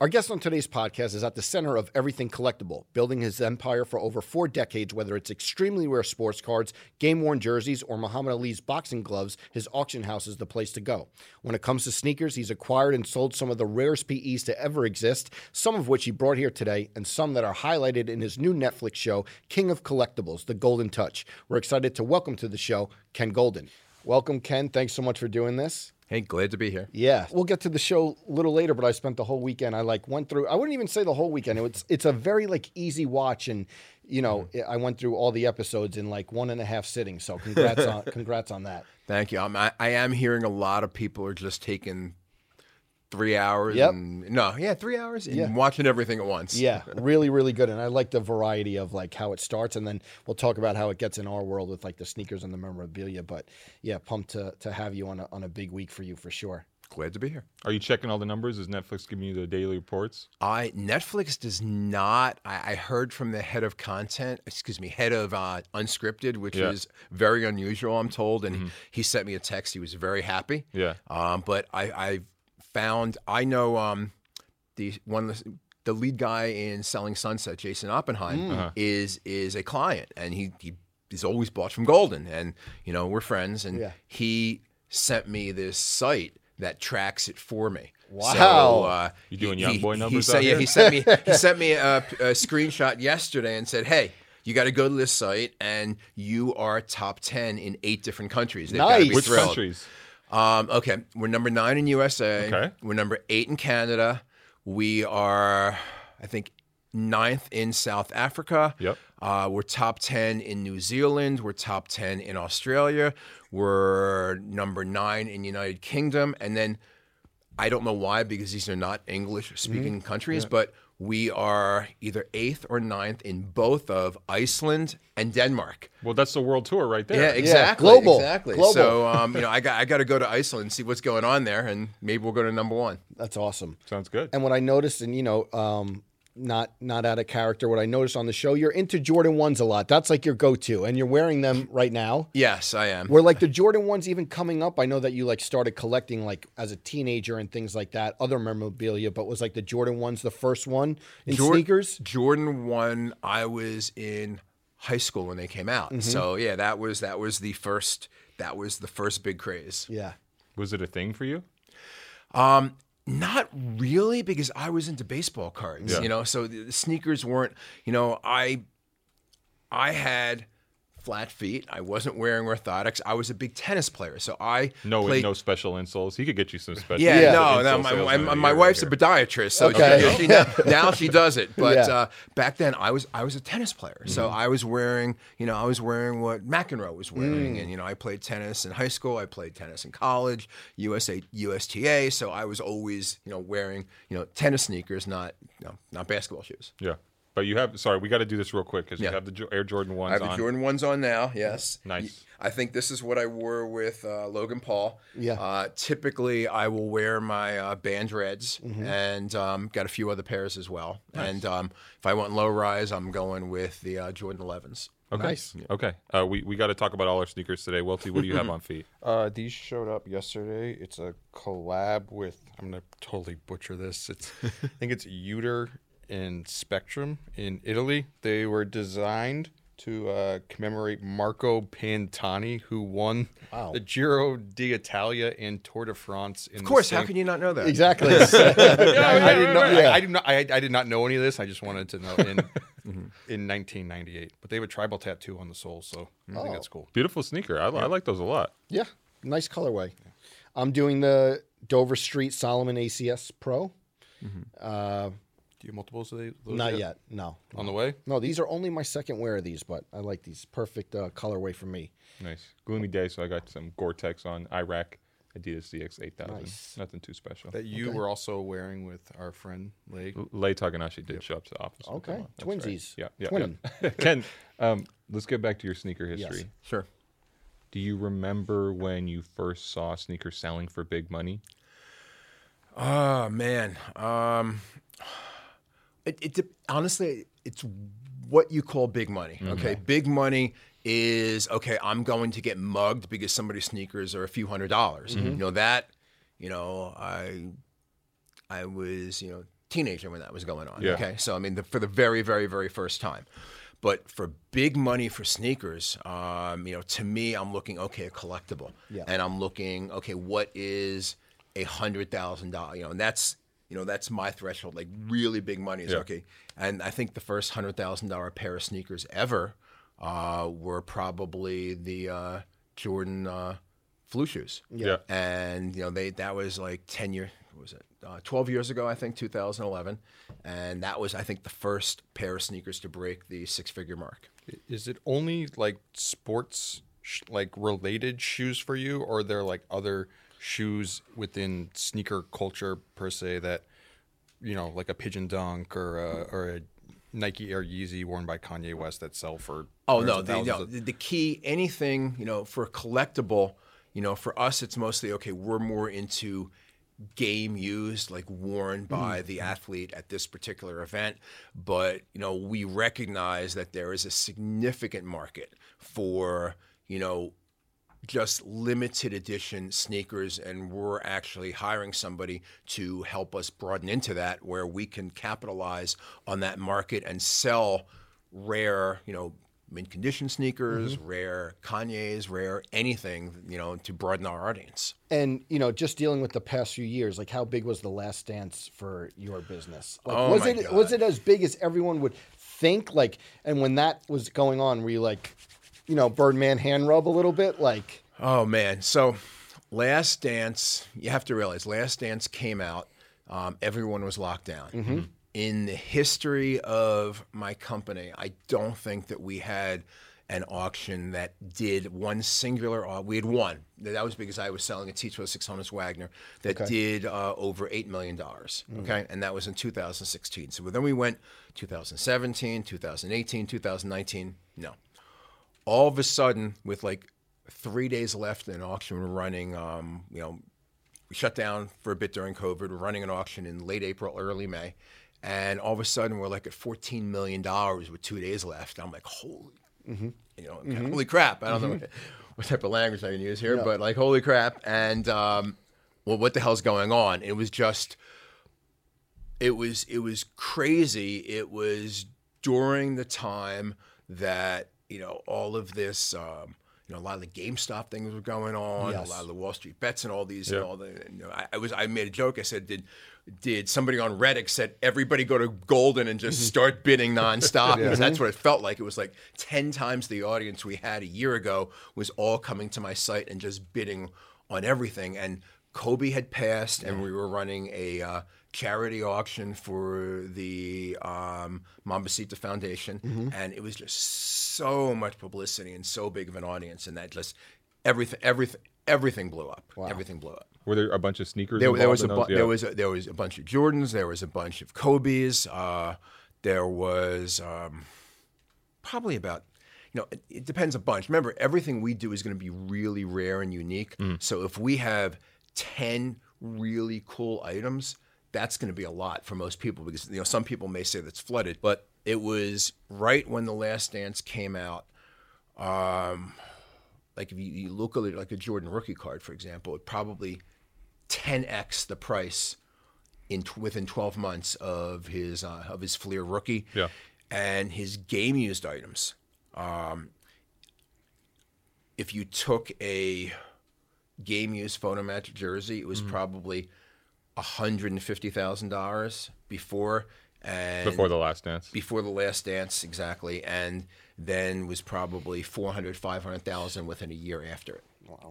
S1: Our guest on today's podcast is at the center of everything collectible, building his empire for over four decades, whether it's extremely rare sports cards, game worn jerseys, or Muhammad Ali's boxing gloves, his auction house is the place to go. When it comes to sneakers, he's acquired and sold some of the rarest PEs to ever exist, some of which he brought here today, and some that are highlighted in his new Netflix show, King of Collectibles, The Golden Touch. We're excited to welcome to the show Ken Golden. Welcome, Ken. Thanks so much for doing this.
S4: Hey, glad to be here.
S1: Yeah, we'll get to the show a little later, but I spent the whole weekend. I like went through. I wouldn't even say the whole weekend. It's it's a very like easy watch, and you know I went through all the episodes in like one and a half sittings. So congrats on congrats on that.
S4: Thank you. I'm, I, I am hearing a lot of people are just taking three hours.
S1: Yep.
S4: And, no, yeah, three hours and
S1: Yeah.
S4: watching everything at once.
S1: Yeah, really really good, and I like the variety of like how it starts, and then we'll talk about how it gets in our world with like the sneakers and the memorabilia. But yeah, pumped to to have you on a, on a big week for you for sure.
S4: Glad to be here.
S3: Are you checking all the numbers? Is Netflix giving you the daily reports?
S4: I Netflix does not. I, I heard from the head of content, excuse me, head of uh, unscripted, which
S3: Yeah.
S4: is very unusual, I'm told.
S1: Mm-hmm.
S4: And he sent me a text. He was very happy.
S3: Yeah.
S4: Um, but I, I found I know um, the one of the, the lead guy in Selling Sunset, Jason Oppenheim,
S3: Mm. Uh-huh.
S4: is is a client, and he he is always bought from Golden, and you know we're friends, and
S1: Yeah.
S4: he sent me this site that tracks it for me.
S1: Wow.
S4: So, uh,
S3: You doing
S4: he-
S3: young
S4: he-
S3: boy
S4: He
S3: numbers out
S4: sent, yeah,
S3: here?
S4: he sent me he sent me a, a screenshot yesterday and said, "Hey, you got to go to this site, and you are top ten in eight different countries. They've gotta be
S1: Nice.
S3: Which
S4: thrilled.
S3: countries?
S4: Um, okay, we're number nine in USA.
S3: Okay.
S4: We're number eight in Canada. We are, I think, ninth in South Africa.
S3: Yep.
S4: Uh, we're top ten in New Zealand. We're top ten in Australia. We're number nine in United Kingdom, and then I don't know why because these are not
S3: Mm-hmm.
S4: English-speaking countries, but we are either eighth or ninth in both of Iceland and Denmark.
S3: Well, that's the world tour right there.
S4: Yeah, exactly.
S1: global,
S4: Exactly.
S1: global.
S4: So, um, you know, I got I got to go to Iceland and see what's going on there, and maybe we'll go to number one.
S1: That's awesome.
S3: Sounds good.
S1: And what I noticed, and you know, um, not not out of character, what I noticed on the show, you're into Jordan ones a lot. That's like your go-to, and you're wearing them right now.
S4: Yes, I am.
S1: Were like the Jordan ones even coming up? I know that you like started collecting like as a teenager and things like that, other memorabilia, but was like the Jordan ones the first one in
S4: Jor-
S1: sneakers?
S4: Jordan one. I was in high school when they came out,
S1: Mm-hmm.
S4: so yeah, that was that was the first that was the first big craze.
S1: Yeah.
S3: Was it a thing for you?
S4: Not really, because I was into baseball cards,
S3: Yeah.
S4: you know. So the, the sneakers weren't, you know, I I had flat feet. I wasn't wearing orthotics. I was a big tennis player, so I
S3: No,
S4: played,
S3: no special insoles. He could get you some special.
S4: Yeah,
S1: Yeah.
S4: no,
S3: insole
S4: no. My,
S3: salesman
S4: my,
S3: of the
S4: my, my
S3: year
S4: wife's
S3: right
S4: a podiatrist, so
S1: Okay.
S4: she, she now, now she does it. But
S1: Yeah. Mm-hmm.
S4: uh, back then, I was I was a tennis player, so I was wearing you know I was wearing what McEnroe was
S1: Mm.
S4: wearing, and you know I played tennis in high school, I played tennis in college, USA USTA, so I was always you know wearing you know tennis sneakers, not you know, not basketball shoes.
S3: here. Yeah. But you have. Sorry, we got to do this real quick because
S4: Yeah.
S3: you have the Jo- Air Jordan ones
S4: I have the
S3: on. Mm-hmm.
S4: Jordan ones on now. Yes.
S3: Nice.
S4: I think this is what I wore with uh, Logan Paul.
S1: Yeah.
S4: Uh, typically, I will wear my uh, band reds
S1: Mm-hmm.
S4: and um, got a few other pairs as well. And um, if I want low rise, I'm going with the uh, Jordan 11s.
S3: Okay.
S1: Nice.
S3: Okay. Uh, we we got to talk about all our sneakers today. Welty, what do you have on feet?
S2: Uh, these showed up yesterday. It's a collab with I'm gonna totally butcher this. It's I think it's Uter and Spectrum in Italy. They were designed to uh, commemorate Marco Pantani, who won
S1: Wow.
S2: the Giro d'Italia and Tour de France. In
S4: Of course, how can you not know that?
S1: Exactly.
S2: I, I didn't know.
S1: right.
S2: I, I did not. I, I did not know any of this. I just wanted to know in
S4: Mm-hmm.
S2: in 1998. But they have a tribal tattoo on the sole, so I
S4: Oh.
S2: think that's cool.
S3: Beautiful sneaker. I, li- I like those a lot.
S1: yeah. Nice colorway. I'm doing the Dover Street Solomon ACS Pro.
S2: Do you have multiples of these? those
S1: Not yet. No.
S2: On the way.
S1: No, these are only my second wear of these, but I like these. Perfect uh, colorway for me.
S3: Nice. Gloomy day, so I got some Gore-Tex on Iraq Adidas DX 8000. Nothing too special.
S2: that you were also wearing with our friend Leg.
S3: Lei Takanashi did show up to the office. with
S1: Okay.
S3: them on. That's right.
S1: Twinsies.
S3: Yeah. yeah,
S1: Twinning.
S3: yeah. Ken, um, let's get back to your sneaker history.
S4: Sure.
S3: Do you remember when you first saw sneakers selling for big money?
S4: Oh man, um, it, it dep- honestly, it's what you call big money. Okay, big money is okay, I'm going to get mugged because somebody's sneakers are a few hundred dollars. You know that, you know, I I was, you know, teenager when that was going on.
S3: Yeah.
S4: Okay. So I mean the, for the very, very, very first time. But for big money for sneakers, um, you know, to me, I'm looking okay, a collectible, yeah. and I'm looking okay, what is a hundred thousand dollar, you know, and that's you know that's my threshold, like really big money is
S3: Yeah.
S4: okay. And I think the first hundred thousand dollar pair of sneakers ever uh, were probably the uh, Jordan uh, flu shoes
S3: Yeah.
S4: and you know they that was like 10 year what was it uh, 12 years ago i think 2011 and that was i think the first pair of sneakers to break the six figure mark
S2: Is it only like sports sh- like related shoes for you, or are there like other shoes within sneaker culture per se that you know, like a pigeon dunk or a, or a Nike Air Yeezy worn by Kanye West that sell for
S4: oh no
S2: hundreds
S4: the,
S2: of thousands
S4: no
S2: of-
S4: the, the key anything you know for a collectible you know for us it's mostly okay we're more into game used like worn by the athlete at this particular event but you know we recognize that there is a significant market for you know just limited edition sneakers and we're actually hiring somebody to help us broaden into that where we can capitalize on that market and sell rare you know mint condition sneakers rare kanye's rare anything you know to broaden our audience
S1: And you know, just dealing with the past few years, like how big was the last dance for your business? Like,
S4: Oh
S1: was
S4: my
S1: it
S4: God.
S1: was it as big as everyone would think? Like, and when that was going on, were you like, you know, Birdman hand rub a little bit? Like,
S4: Oh man, so Last Dance, you have to realize Last Dance came out, um, everyone was locked down. In the history of my company, I don't think that we had an auction that did one singular. au- We had one. That was because I was selling a oh T12 600 Wagner that did uh, over eight million dollars. Okay, and that was in 2016. So then we went 2017, 2018, 2019. No, all of a sudden with like three days left in an auction we're running um, you know we shut down for a bit during covid we're running an auction in late april early may and all of a sudden we're like at 14 million dollars with two days left i'm like holy you know holy crap i don't know what, what type of language i can use here but like holy crap and um, well what the hell's going on it was just it was it was crazy. It was during the time that you know all of this, um, you know, a lot of the GameStop things were going on,
S1: Yes.
S4: a lot of the Wall Street bets and all these, and
S3: Yeah.
S4: all the. You know, I, I was I made a joke. I said, did did somebody on Reddit said everybody go to Golden and just start bidding nonstop? Because that's what it felt like. It was like ten times the audience we had a year ago was all coming to my site and just bidding on everything and. Kobe had passed, and we were running a uh, charity auction for the um, Mambasita Foundation, and it was just so much publicity and so big of an audience, and that just everything, everything, everything blew up. Everything blew up.
S3: Were there a bunch of sneakers?
S4: There,
S3: involved
S4: there was a
S3: in
S4: bu-
S3: those? Yeah.
S4: there was a, there was a bunch of Jordans. There was a bunch of Kobe's. Uh, there was um, probably about you know it, it depends a bunch. Remember, everything we do is going to be really rare and unique.
S3: Mm.
S4: So if we have ten really cool items, that's going to be a lot for most people because you know some people may say that's flooded, but it was right when the Last Dance came out like if you, you look at it like a Jordan rookie card, for example, it probably 10x the price in tw- within 12 months of his uh, of his Fleer rookie.
S3: Yeah.
S4: And his game used items. Um, if you took a game used photomatch jersey, it was
S3: Mm-hmm.
S4: probably $150,000 before. And
S3: before the last dance.
S4: before the last dance exactly and then was probably 400 500,000 within a year after it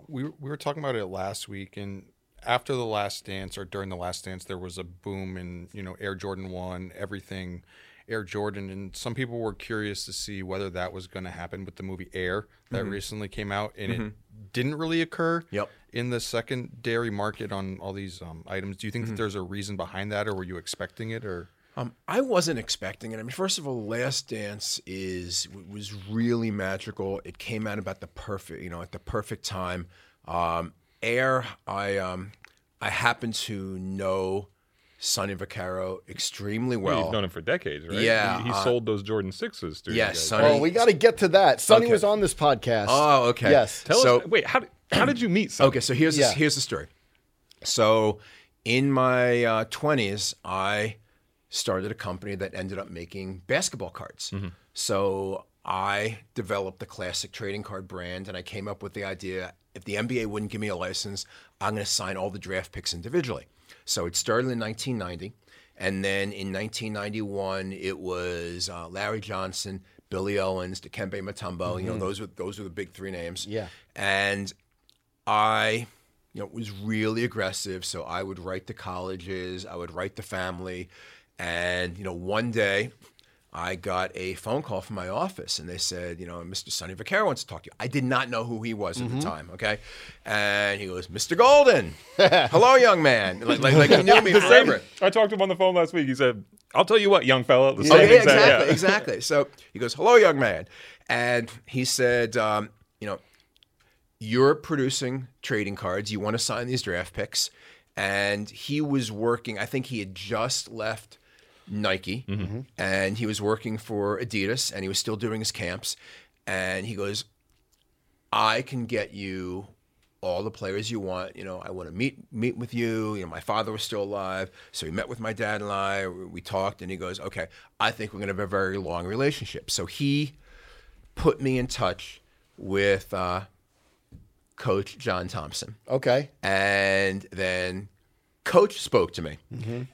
S2: we we were talking about it last week and after the last dance or during the last dance there was a boom in you know air jordan 1 everything air jordan and some people were curious to see whether that was going to happen with the movie air that recently came out and it didn't really occur
S4: Mm-hmm. Yep.
S2: in the secondary market on all these um, items do you
S4: Mm-hmm.
S2: think that there's a reason behind that or were you expecting it or
S4: um, I wasn't expecting it. I mean, first of all, Last Dance is was really magical. It came out about the perfect, you know, at the perfect time. Um, Air, I um, I happen to know Sonny Vaccaro extremely
S3: Well,
S4: well.
S3: You've known him for decades, right?
S4: yeah,
S3: He, he
S4: uh,
S3: sold those Jordan sixes to you
S4: yeah,
S3: guys.
S4: Sonny-
S1: Oh, we got to get to that. Sonny
S4: Okay.
S1: was on this podcast.
S4: Oh, okay.
S1: Yes.
S3: Tell
S4: so,
S3: us. Wait, how did, how did you meet? Sonny?
S4: Okay, so here's
S1: Yeah.
S4: the, here's the story. So, in my uh, twenties, I started a company that ended up making basketball cards.
S1: Mm-hmm.
S4: So I developed the classic trading card brand, and I came up with the idea: if the NBA wouldn't give me a license, I'm going to sign all the draft picks individually. So it started in 1990, and then in 1991, it was uh, Larry Johnson, Billy Owens, Dikembe Mutombo. You know, those were those were the big three names.
S1: Mm-hmm. Yeah.
S4: and I, you know, was really aggressive. So I would write the colleges, I would write the family, and you know, one day I got a phone call from my office, and they said, you know, Mr. Sonny Vaccaro wants to talk to you. I did not know who he was at the time, okay? And he goes, Mr. Golden, hello, young man. Like, like, like he knew me forever.
S3: I talked to him on the phone last week. He said, "I'll tell you what, young fella." The
S4: Oh,
S3: same
S4: yeah,
S3: exact-
S4: exactly,
S3: yeah.
S4: exactly. So he goes, "Hello, young man," and he said, um, "You know, you're producing trading cards. You want to sign these draft picks." And he was working. I think he had just left Nike,
S3: Mm-hmm.
S4: and he was working for Adidas, and he was still doing his camps. And he goes, I can get you all the players you want. You know, I want to meet meet with you. You know, my father was still alive, so he met with my dad and I. We talked, and he goes, "Okay, I think we're going to have a very long relationship." So he put me in touch with uh, Coach John Thompson
S1: Okay.
S4: and then coach spoke to me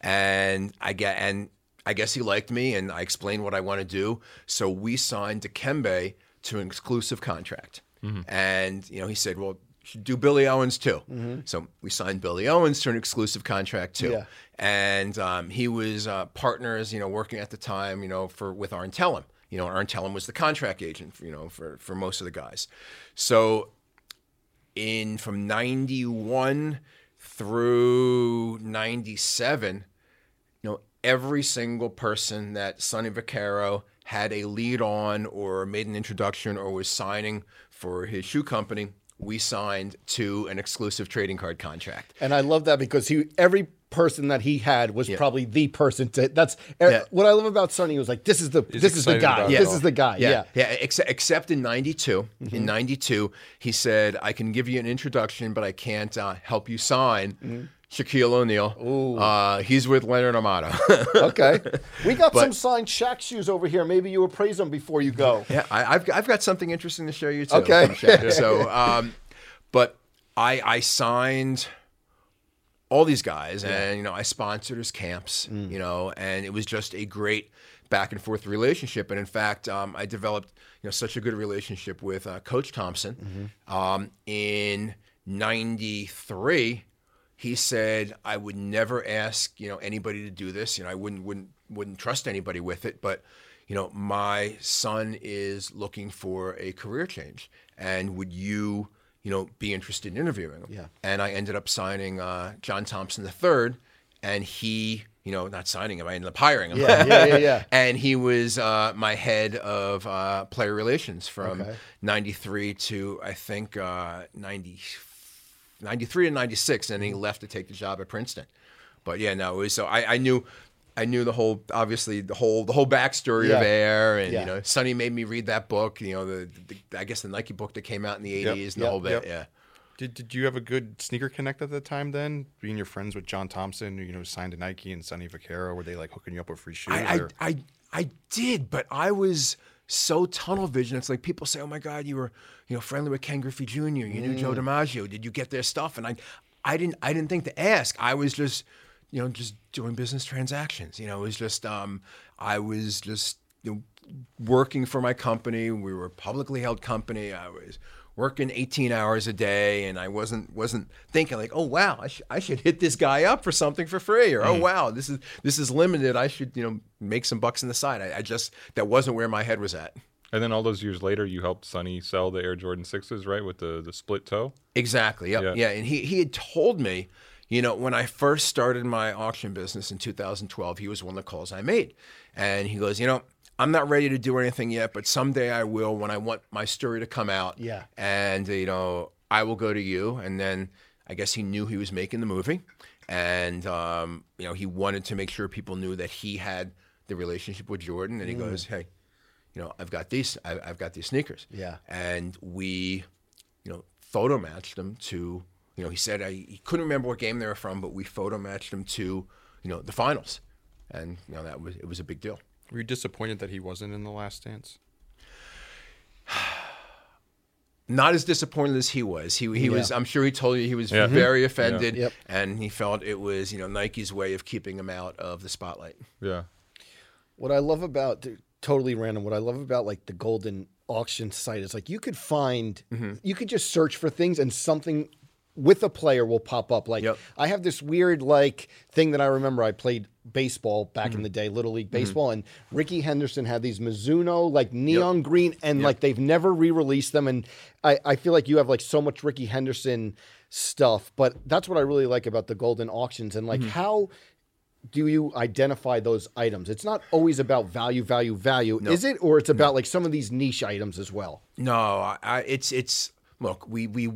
S4: and i get and i guess he liked me and i explained what i want to do so we signed Dikembe to an exclusive contract and you know he said well you should do billy owens too so we signed billy owens to an exclusive contract too
S1: Yeah.
S4: and um, he was uh, partners you know working at the time you know for with arntellum you know arntellum was the contract agent you know for for most of the guys so in from 91 through 97 you know every single person that sonny vaccaro had a lead on or made an introduction or was signing for his shoe company we signed to an exclusive trading card contract
S1: And I love that because he every person that he had was probably the person to that's er,
S4: Yeah.
S1: what I love about Sonny was like this is the this is the
S2: excited
S1: guy.
S2: about
S4: it
S1: Oh, This
S4: all.
S1: is the guy. Yeah. Mm-hmm.
S4: yeah. except, except in 92. In 92, he said, I can give you an introduction, but I can't uh, help you sign.
S1: Mm-hmm.
S4: Shaquille O'Neal. Uh, he's with Leonard Amato.
S1: Okay. We got some signed Shaq shoes over here. Maybe you appraise them before you go.
S4: yeah, I, I've, I've got something interesting to show you too.
S1: Okay.
S4: from Shaq. so, um, but I, I signed all these guys and, you know, I sponsored his camps, you know, and it was just a great back and forth relationship. And in fact, um, I developed, you know, such a good relationship with uh, Coach Thompson um, in 93 he said I would never ask you know anybody to do this. You know I wouldn't wouldn't wouldn't trust anybody with it. But you know my son is looking for a career change, and would you you know be interested in interviewing him?
S1: Yeah.
S4: And I ended up signing uh, John Thompson III, and he you know not signing him. I ended up hiring him.
S1: Yeah, yeah, yeah, yeah.
S4: and he was uh, my head of uh, player relations from
S1: Okay.
S4: 93 to I think uh, 90, 93 to 96 and then he
S1: Mm-hmm.
S4: left to take the job at Princeton but yeah no it was so I, I knew I knew the whole obviously the whole the whole backstory
S1: Yeah.
S4: of air and
S1: Yeah.
S4: you know Sonny made me read that book you know the, the I guess the Nike book that came out in the 80s and the
S1: Yep.
S4: whole bit
S2: Yep.
S4: yeah
S2: Did, did you have a good sneaker connect at the time then? Being your friends with John Thompson, you know, signed to Nike and Sonny Vaccaro, were they like hooking you up with free shoes?
S4: I,
S2: or-
S4: I, I, I did, but I was so tunnel vision. It's like people say, "Oh my God, you were, you know, friendly with Ken Griffey Jr. You knew Joe DiMaggio. Did you get their stuff?" And I, I didn't, I didn't think to ask. I was just, you know, just doing business transactions. You know, it was just, um, I was just, you know, working for my company. We were a publicly held company. I was working 18 hours a day and I wasn't wasn't thinking like, "Oh wow, I, sh- I should hit this guy up for something for free," or "Oh wow, this is this is limited. I should, you know, make some bucks on the side." I, I just that wasn't where my head was at.
S3: And then all those years later, you helped Sonny sell the Air Jordan sixes, right, with the the split toe.
S4: Exactly. Yep.
S3: Yeah.
S4: Yeah. And he, he had told me, you know, when I first started my auction business in 2012, he was one of the calls I made. And he goes, you know, I'm not ready to do anything yet, but someday I will when I want my story to come out.
S1: Yeah.
S4: And, you know, I will go to you. And then I guess he knew he was making the movie. and um, you know he wanted to make sure people knew that he had the relationship with Jordan. And he goes, "Hey, you know, I've got these, I, I've got these sneakers."
S1: Yeah.
S4: and we, you know, photo matched them to, you know, he said I he couldn't remember what game they were from, but we photo matched them to, you know, the finals, and you know that was it was a big deal.
S2: Were you disappointed that he wasn't in the last dance?
S4: not as disappointed as he was. He, he was. I'm sure he told you he was
S3: Yeah.
S4: very offended,
S1: Mm-hmm. Yep.
S4: and he felt it was you know Nike's way of keeping him out of the spotlight.
S3: Yeah.
S1: What I love about dude, totally random. What I love about like the golden auction site is like you could find, you could just search for things and something with a player will pop up. Like
S4: Yep.
S1: I have this weird like thing that I remember. I played baseball back in the day, little league baseball, and Ricky Henderson had these Mizuno like neon green, and like they've never re-released them. And I, I feel like you have like so much Ricky Henderson stuff, but that's what I really like about the golden auctions and like how do you identify those items? It's not always about value, value, value, is it? Or it's about like some of these niche items as well.
S4: No, I, I, it's it's look we we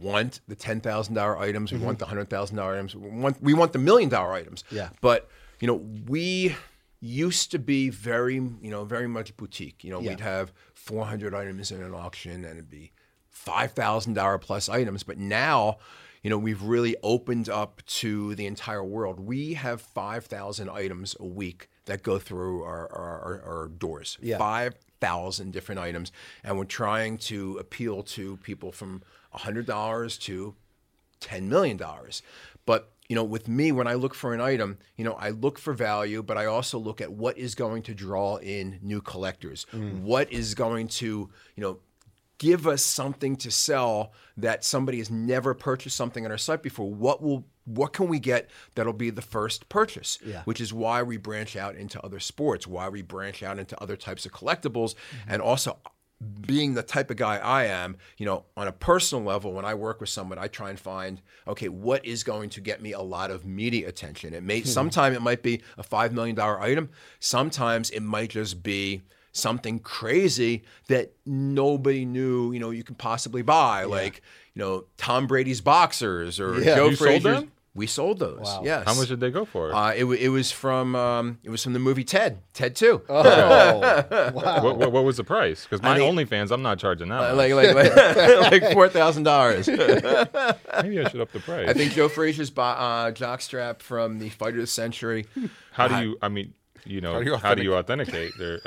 S4: want the ten thousand dollar items,
S1: Mm-hmm.
S4: we want the hundred thousand dollar items, we want we want the million dollar items.
S1: Yeah.
S4: but you know we used to be very you know very much boutique. You know
S1: Yeah.
S4: we'd have four hundred items in an auction, and it'd be five thousand dollar plus items. But now. You know, we've really opened up to the entire world. We have 5,000 items a week that go through our, our, our- our doors.
S1: Yeah.
S4: 5,000 different items. And we're trying to appeal to people from $100 to $10 million. But, you know, with me, when I look for an item, you know, I look for value, but I also look at what is going to draw in new collectors. What is going to, you know, give us something to sell that somebody has never purchased something on our site before what will what can we get that'll be the first purchase
S1: Yeah.
S4: which is why we branch out into other sports why we branch out into other types of collectibles and also being the type of guy I am, you know, on a personal level, when I work with someone, I try and find, okay, what is going to get me a lot of media attention? It
S3: Hmm.
S4: may, sometime it might be a $5 million item. Sometimes it might just be, something crazy that nobody knew, you know, you could possibly buy, like, you know, Tom Brady's boxers or
S1: Yeah.
S4: Joe
S3: You sold
S4: Frazier's.
S3: them?
S4: We sold those. Yes.
S3: How much did they go for?
S4: Uh, it, wa- it was from um, it was from the movie Ted, Ted Two.
S1: Oh, wow.
S3: what, what, what was the price? Because my
S4: mean- uh,
S3: OnlyFans, I'm not charging that. much.
S4: Like like like, like four thousand dollars.
S3: Maybe I should up the price.
S4: I think Joe Frazier's bo- uh, jockstrap from the Fighter of the Century.
S3: How do you? I mean, you know, how do you, authenticate their?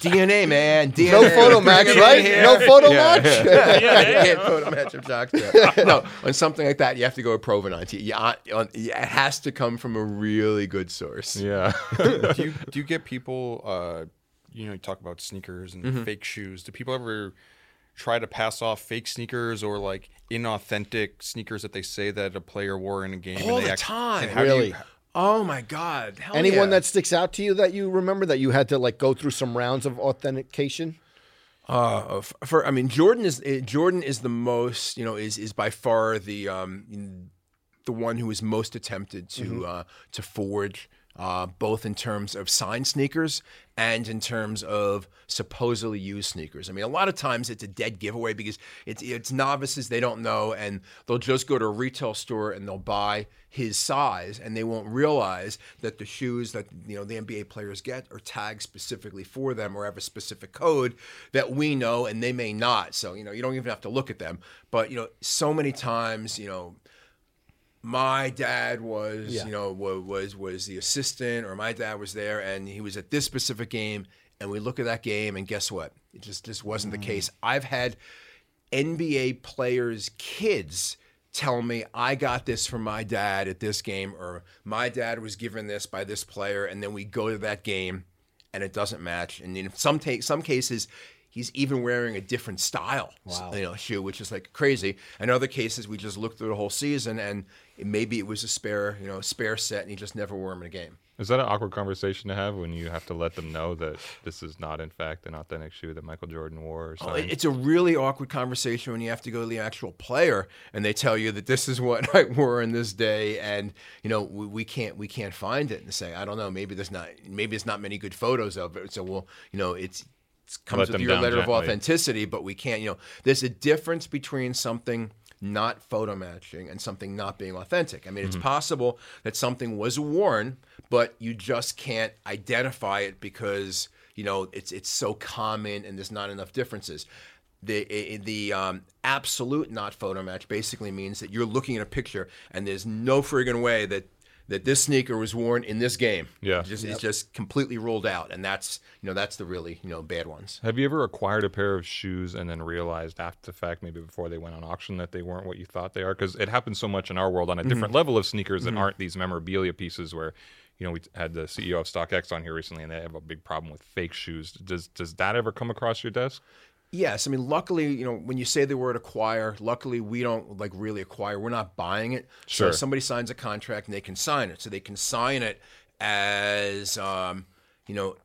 S4: DNA man, DNA.
S1: No photo match, right? No photo match.
S4: You can't photo match of jockstrap. no, on something like that, you have to go to provenance. You- you- on- It has to come from a really good source.
S3: uh, Yeah.
S2: do you do you get people uh you know you talk about sneakers and
S4: Mm-hmm.
S2: fake shoes do people ever try to pass off fake sneakers or like inauthentic sneakers that they say that a player wore in a game and
S4: All
S2: they
S4: the
S2: act-
S4: time.
S2: how do you-
S1: Really?
S4: Oh my God. Hell
S1: Anyone
S4: yeah.
S1: that sticks out to you that you remember that you had to like go through some rounds of authentication?
S4: Uh, f- for I mean Jordan is eh, Jordan is the most you know is is by far the um the one who is most attempted to uh, to forge uh, both in terms of signed sneakers and in terms of supposedly used sneakers. I mean a lot of times it's a dead giveaway because it's it's novices they don't know and they'll just go to a retail store and they'll buy his size and they won't realize that the shoes that you know the NBA players get are tagged specifically for them or have a specific code that we know and they may not. So, you know, you don't even have to look at them. But, you know, so many times, you know, my dad was,
S1: Yeah.
S4: you know, wa- was was the assistant or my dad was there and he was at this specific game and we look at that game and guess what? It just just wasn't the case. I've had NBA players' kids tell me I got this from my dad at this game, or my dad was given this by this player, and then we go to that game and it doesn't match. And in some ta- some cases, he's even wearing a different style,
S1: Wow.
S4: you know, shoe, which is like crazy. In other cases, we just look through the whole season and it, maybe it was a spare, you know, spare set, and he just never wore them in a game.
S3: Is that an awkward conversation to have when you have to let them know that this is not, in fact, an authentic shoe that Michael Jordan wore or
S4: Well,
S3: something?
S4: Oh, it- It's a really awkward conversation when you have to go to the actual player and they tell you that this is what I wore in this day, and you know we, we can't we can't find it and say I don't know maybe there's not maybe there's not many good photos of it. So well you know it's it comes
S3: Let
S4: with
S3: them
S4: your
S3: down
S4: letter of
S3: gently.
S4: authenticity, but we can't you know there's a difference between something not photo matching and something not being authentic. I mean, it's possible that something was worn, but you just can't identify it because you know it's it's so common and there's not enough differences. The i- i- the um, absolute not photo match basically means that you're looking at a picture and there's no friggin' way that that this sneaker was worn in this game.
S3: Yeah.
S4: Just- it's just completely ruled out, and that's you know that's the really you know bad ones.
S3: Have you ever acquired a pair of shoes and then realized after the fact, maybe before they went on auction, that they weren't what you thought they are? Because it happens so much in our world on a different level of sneakers that aren't these memorabilia pieces. Where, you know, we had the CEO of StockX on here recently, and they have a big problem with fake shoes. Does does that ever come across your desk?
S4: Yes, I mean, luckily, you know, when you say the word acquire, luckily we don't like really acquire. We're not buying it. So
S3: Sure.
S4: if somebody signs a contract and they can sign it. So they can sign it as, um, you know,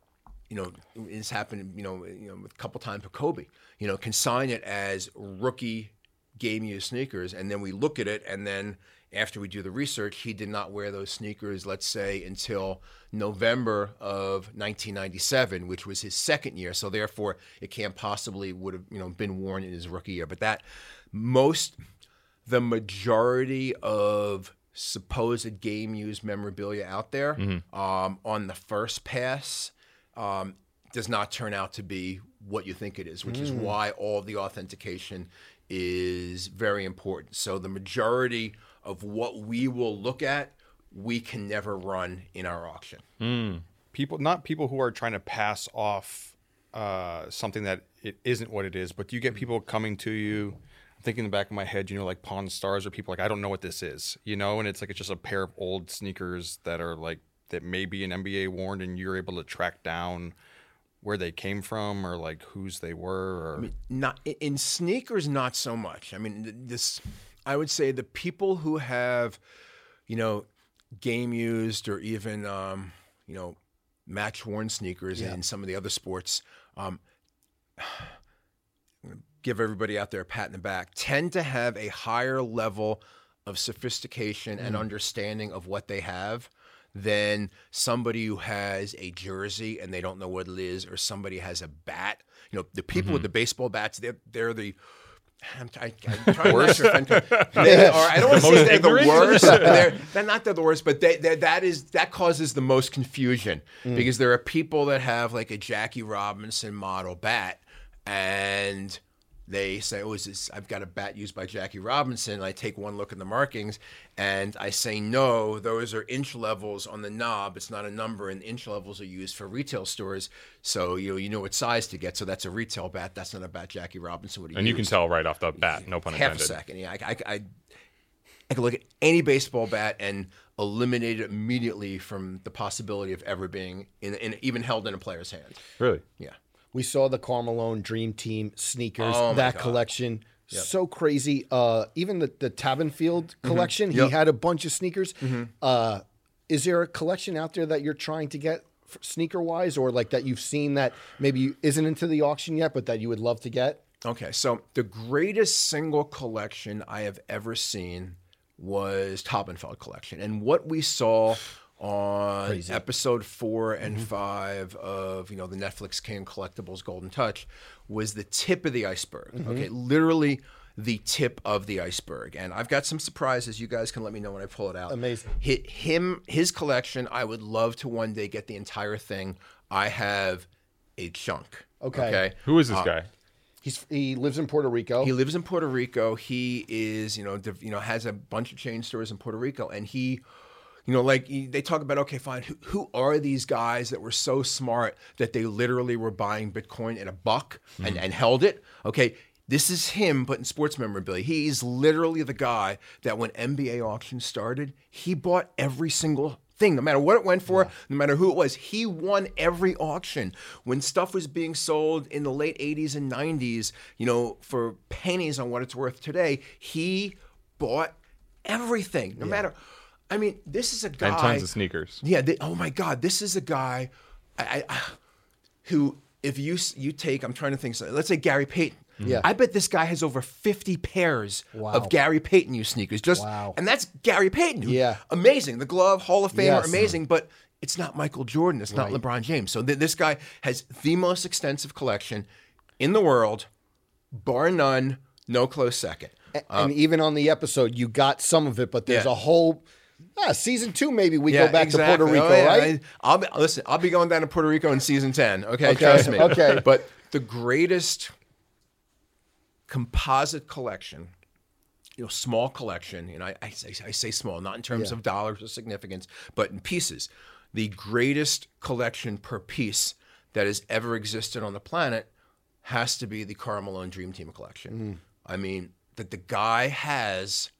S4: you know, it's happened, you know, you know, a couple times with Kobe. You know, consign it as rookie game used sneakers, and then we look at it, and then after we do the research, he did not wear those sneakers, let's say, until November of 1997, which was his second year. So therefore, it can't possibly would have, you know, been worn in his rookie year. But that most the majority of supposed game used memorabilia out there um, on the first pass um, does not turn out to be what you think it is, which is why all the authentication is very important. So the majority of what we will look at, we can never run in our auction.
S2: people not people who are trying to pass off uh, something that it isn't what it is, but do you get people coming to you? I'm thinking in the back of my head, you know, like Pawn Stars or people like I don't know what this is, you know, and it's like it's just a pair of old sneakers that are like that may be an NBA worn, and you're able to track down where they came from or like whose they were. Or
S4: not i- in sneakers not so much i mean th- this i would say the people who have you know game used or even um you know match worn sneakers in some of the other sports um I'm gonna give everybody out there a pat in the back tend to have a higher level of sophistication
S3: Hmm.
S4: and understanding of what they have than somebody who has a jersey and they don't know what it is, or somebody has a bat. You know, the people
S3: Mm-hmm.
S4: with the baseball bats, they're, they're the. I'm, I, I'm trying not to offend people. They are. I don't want to say
S3: most
S4: they're the
S3: ignorant?
S4: worst. they're, they're not they're the worst, but they, they, that is that causes the most confusion because there are people that have like a Jackie Robinson model bat, and they say, "Oh, is this? I've got a bat used by Jackie Robinson." And I take one look at the markings, and I say, "No, those are inch levels on the knob. It's not a number, and inch levels are used for retail stores. So you know, you know what size to get. So that's a retail bat. That's not a bat Jackie Robinson would have
S3: And you
S4: used."
S3: can tell right off the bat, no pun
S4: half a
S3: intended.
S4: second. Yeah, I, I, I, I could look at any baseball bat and eliminate it immediately from the possibility of ever being in, in even held in a player's hand.
S3: Really?
S4: Yeah.
S1: We saw the Carmelone Dream Team sneakers,
S4: Oh my
S1: that
S4: God.
S1: collection. So crazy. Uh, even the, the Tabenfield collection,
S4: Mm-hmm. Yep. Mm-hmm.
S1: he had a bunch of sneakers. Uh, is there a collection out there that you're trying to get sneaker wise or like that you've seen that maybe you- isn't into the auction yet, but that you would love to get?
S4: Okay, so the greatest single collection I have ever seen was Toppenfeld collection, and what we saw on episode four and
S1: Mm-hmm.
S4: five of you know the Netflix King Collectibles Golden Touch was the tip of the iceberg.
S1: Mm-hmm.
S4: Okay, literally the tip of the iceberg, and I've got some surprises. You guys can let me know when I pull it out.
S1: Amazing.
S4: Hit him, his collection. I would love to one day get the entire thing. I have a chunk.
S1: Okay.
S4: Okay.
S3: Who is this guy?
S1: He's he lives in Puerto Rico.
S4: He lives in Puerto Rico. He is, you know, div- you know, has a bunch of chain stores in Puerto Rico, and he, you know, like he- they talk about. Okay, fine. Who, who are these guys that were so smart that they literally were buying Bitcoin at a buck and, and held it? Okay. This is him, but in sports memorabilia. He's literally the guy that when NBA auction started, he bought every single thing, no matter what it went for, no matter who it was. He won every auction. When stuff was being sold in the late 80s and 90s, you know, for pennies on what it's worth today, he bought everything, no matter. I mean, this is a guy.
S3: And tons of sneakers.
S4: Yeah. They, oh my God, this is a guy, I, I, who if you s- you take, I'm trying to think. So let's say Gary Payton.
S1: Yeah.
S4: I bet this guy has over 50 pairs
S1: Mm-hmm. Wow.
S4: of Gary Payton used sneakers. Just
S1: Wow.
S4: and that's Gary Payton. who-
S1: Yeah.
S4: Amazing. The glove, Hall of Famer,
S1: Yes.
S4: amazing. But it's not Michael Jordan. It's not LeBron James. So th- this guy has the most extensive collection in the world, bar none, no close second.
S1: A- and even on the episode, you got some of it, but there's
S4: Uh, Yeah.
S1: a whole ah, season two. Maybe we
S4: Yeah,
S1: go back to Puerto
S4: exactly.
S1: Rico,
S4: Oh, yeah.
S1: right?
S4: I, will be, listen. I'll be going down to Puerto Rico in season ten. Okay,
S1: Okay,
S4: trust me.
S1: okay.
S4: but the greatest composite collection, you know, small collection, and I, I, say- I say small, not in terms of dollars or significance, but in pieces. The greatest collection per piece that has ever existed on the planet has to be the Karl Malone Dream Team collection. I mean, that the guy has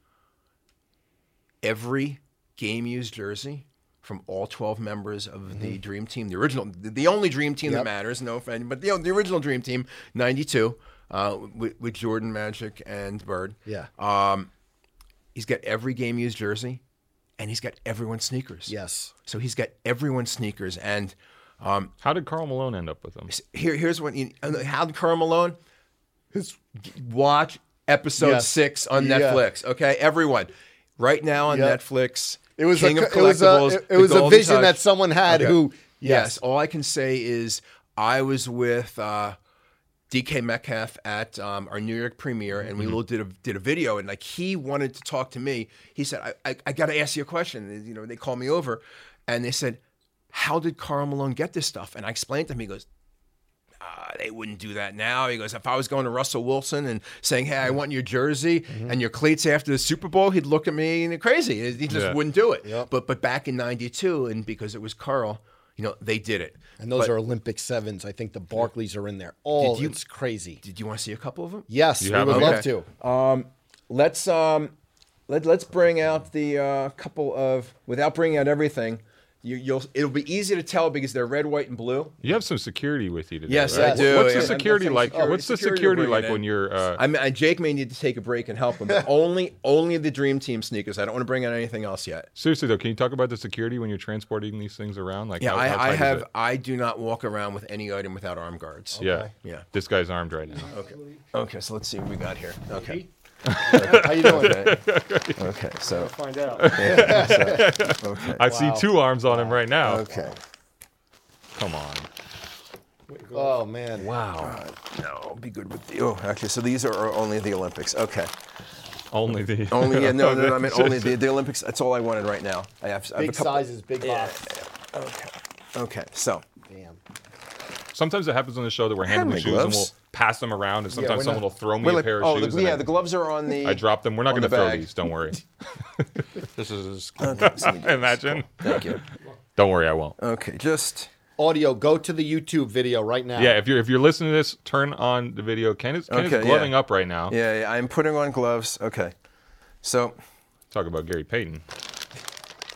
S4: every game used jersey from all 12 members of the dream team the original the, the only dream team that matters no offense but the, the original dream team 92 uh, with, with jordan magic and bird
S1: Yeah.
S4: um, he's got every game used jersey and he's got everyone's sneakers
S1: Yes.
S4: so he's got everyone's sneakers and
S3: How did Carl Malone end up with them?
S4: here, here's what you, uh, how Carl Malone watch episode
S1: Yes.
S4: six on
S1: Yeah.
S4: Netflix. Okay, everyone, right now on
S1: Yep.
S4: Netflix.
S1: It was
S4: King
S1: a,
S4: of
S1: it was a
S4: Collectibles.
S1: it- it
S4: The
S1: was a
S4: Golden
S1: vision
S4: Touch.
S1: that someone had
S4: Okay.
S1: who
S4: Yes.
S1: yes,
S4: all I can say is I was with uh, DK Metcalf at um, our New York premiere, and we little did a did a video, and like he wanted to talk to me. He said, "I I, I got to ask you a question." And, you know, they called me over, and they said, "How did Carl Malone get this stuff?" And I explained to him. He goes. "Ah, they wouldn't do that now. He goes, if I was going to Russell Wilson and saying, "Hey, I want your jersey and your cleats after the Super Bowl," he'd look at me and crazy. He just
S3: Yeah.
S4: wouldn't do it. But but back in '92, and because it was Carl, you know, they did it.
S1: and those are Olympic sevens. I think the Barclays are in there. All it's crazy.
S4: Did you want to see a couple of them?
S1: Yes, we would
S3: have them?
S1: love
S4: Okay.
S1: to. Oh,
S4: Let's um, let let's bring out the uh, couple of without bringing out everything. You, you'll it'll be easy to tell because they're red, white, and blue.
S3: You have some security with you today.
S4: Yes,
S3: right?
S4: I do,
S3: What's
S4: yeah.
S3: the security
S4: I'm- I'm
S3: like?
S4: security-
S3: What's the
S4: security
S3: security
S4: will bring it
S3: like
S4: in.
S3: when you're? Uh,
S4: I mean, I- Jake may need to take a break and help him, but only only the Dream Team sneakers. I don't want to bring out anything else yet.
S3: seriously though, can you talk about the security when you're transporting these things around? Like,
S4: Yeah,
S3: how- how
S4: I,
S3: tight
S4: I
S3: is
S4: have.
S3: it?
S4: I do not walk around with any item without arm guards.
S3: Yeah,
S4: Yeah.
S3: This guy's armed right now.
S4: Okay. Okay. So let's see what we got here. Okay.
S1: How you doing?
S4: Okay. okay so.
S5: Find out.
S4: Okay.
S3: I see two arms on him right now.
S4: Okay.
S3: Come on.
S1: Oh man,
S4: Wow. No, I'll be good with the. Oh, actually, so these are only the Olympics. Okay.
S3: Only the
S4: Only, yeah, no, no, no I mean only the, the Olympics. That's all I wanted right now. I have, I have a
S1: big
S4: couple-
S1: sizes, big box.
S4: Okay. Okay, so.
S1: Damn.
S3: Sometimes it happens on the show that we're handing
S4: my
S3: the shoes and we'll
S4: gloves.
S3: pass them around, and sometimes
S1: we're not-
S3: someone will throw me
S4: We're
S3: a
S4: like-
S3: pair of
S4: oh,
S3: shoes.
S4: the,
S3: and
S4: yeah,
S3: I,
S4: the gloves are on the.
S3: I drop them. We're not
S4: on
S3: going
S4: the
S3: to throw
S4: bag.
S3: these. Don't worry.
S2: This is
S4: Okay, so we do this.
S3: Imagine.
S4: Thank you.
S3: Don't worry, I won't.
S4: Okay, just.
S1: Audio, go to the YouTube video right now.
S3: Yeah, if you're if you're listening to this, turn on the video. Ken is, Ken
S4: Okay,
S3: is
S4: yeah.
S3: gloving up right now.
S4: Yeah, yeah, I'm putting on gloves. Okay. So.
S3: Talk about Gary Payton.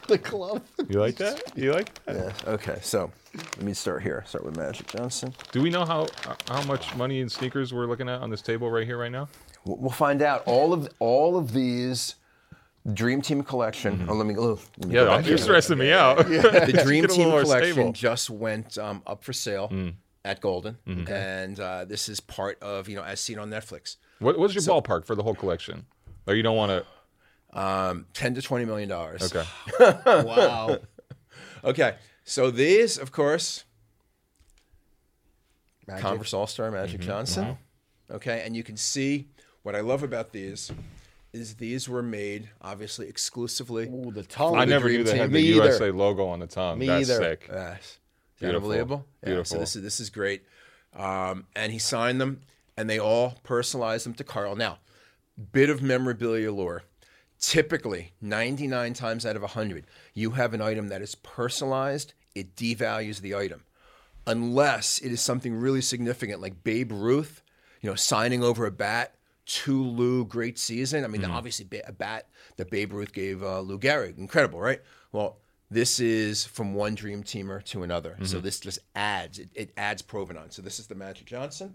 S1: the glove.
S3: You like that? You like that?
S4: yeah, Okay, so let me start here. Start with Magic Johnson.
S3: Do we know how how much money in sneakers we're looking at on this table right here right now?
S4: We'll we'll find out. All of all of these Dream Team collection.
S3: Mm-hmm.
S4: Oh, let me. Oh, let me go back
S3: you're
S4: here.
S3: stressing me out.
S4: the Dream
S3: Get a
S4: Team
S3: little more
S4: collection
S3: stable. Mm.
S4: just went um, up for sale at Golden,
S3: Mm-hmm.
S4: and uh, this is part of you know as seen on Netflix,
S3: What, what's your ballpark for the whole collection? Or you don't want to?
S4: um, ten to twenty million dollars.
S3: Okay.
S1: Wow.
S4: Okay. So these, of course,
S1: Magic.
S4: Converse All Star Magic
S3: Mm-hmm.
S4: Johnson. Okay, and you can see what I love about these is these were made obviously exclusively.
S1: Ooh, the tongue.
S3: I never
S4: Dream
S3: knew they
S4: Team.
S3: had the
S1: Me either.
S3: USA logo on the tongue.
S1: Me
S3: That's
S1: either.
S3: sick.
S4: Yes. Is that
S3: Beautiful.
S4: Unbelievable. Yeah, so
S3: Beautiful.
S4: this is this is great. Um, and he signed them, and they all personalized them to Carl. Now, bit of memorabilia lore. Typically, 99 times out of 100, you have an item that is personalized. It devalues the item, unless it is something really significant, like Babe Ruth, you know, signing over a bat to Lou. Great season. I mean, obviously, ba- a bat that Babe Ruth gave uh, Lou Gehrig, incredible, right? Well, this is from one dream teamer to another. So this just adds it, it adds provenance. So this is the Magic Johnson.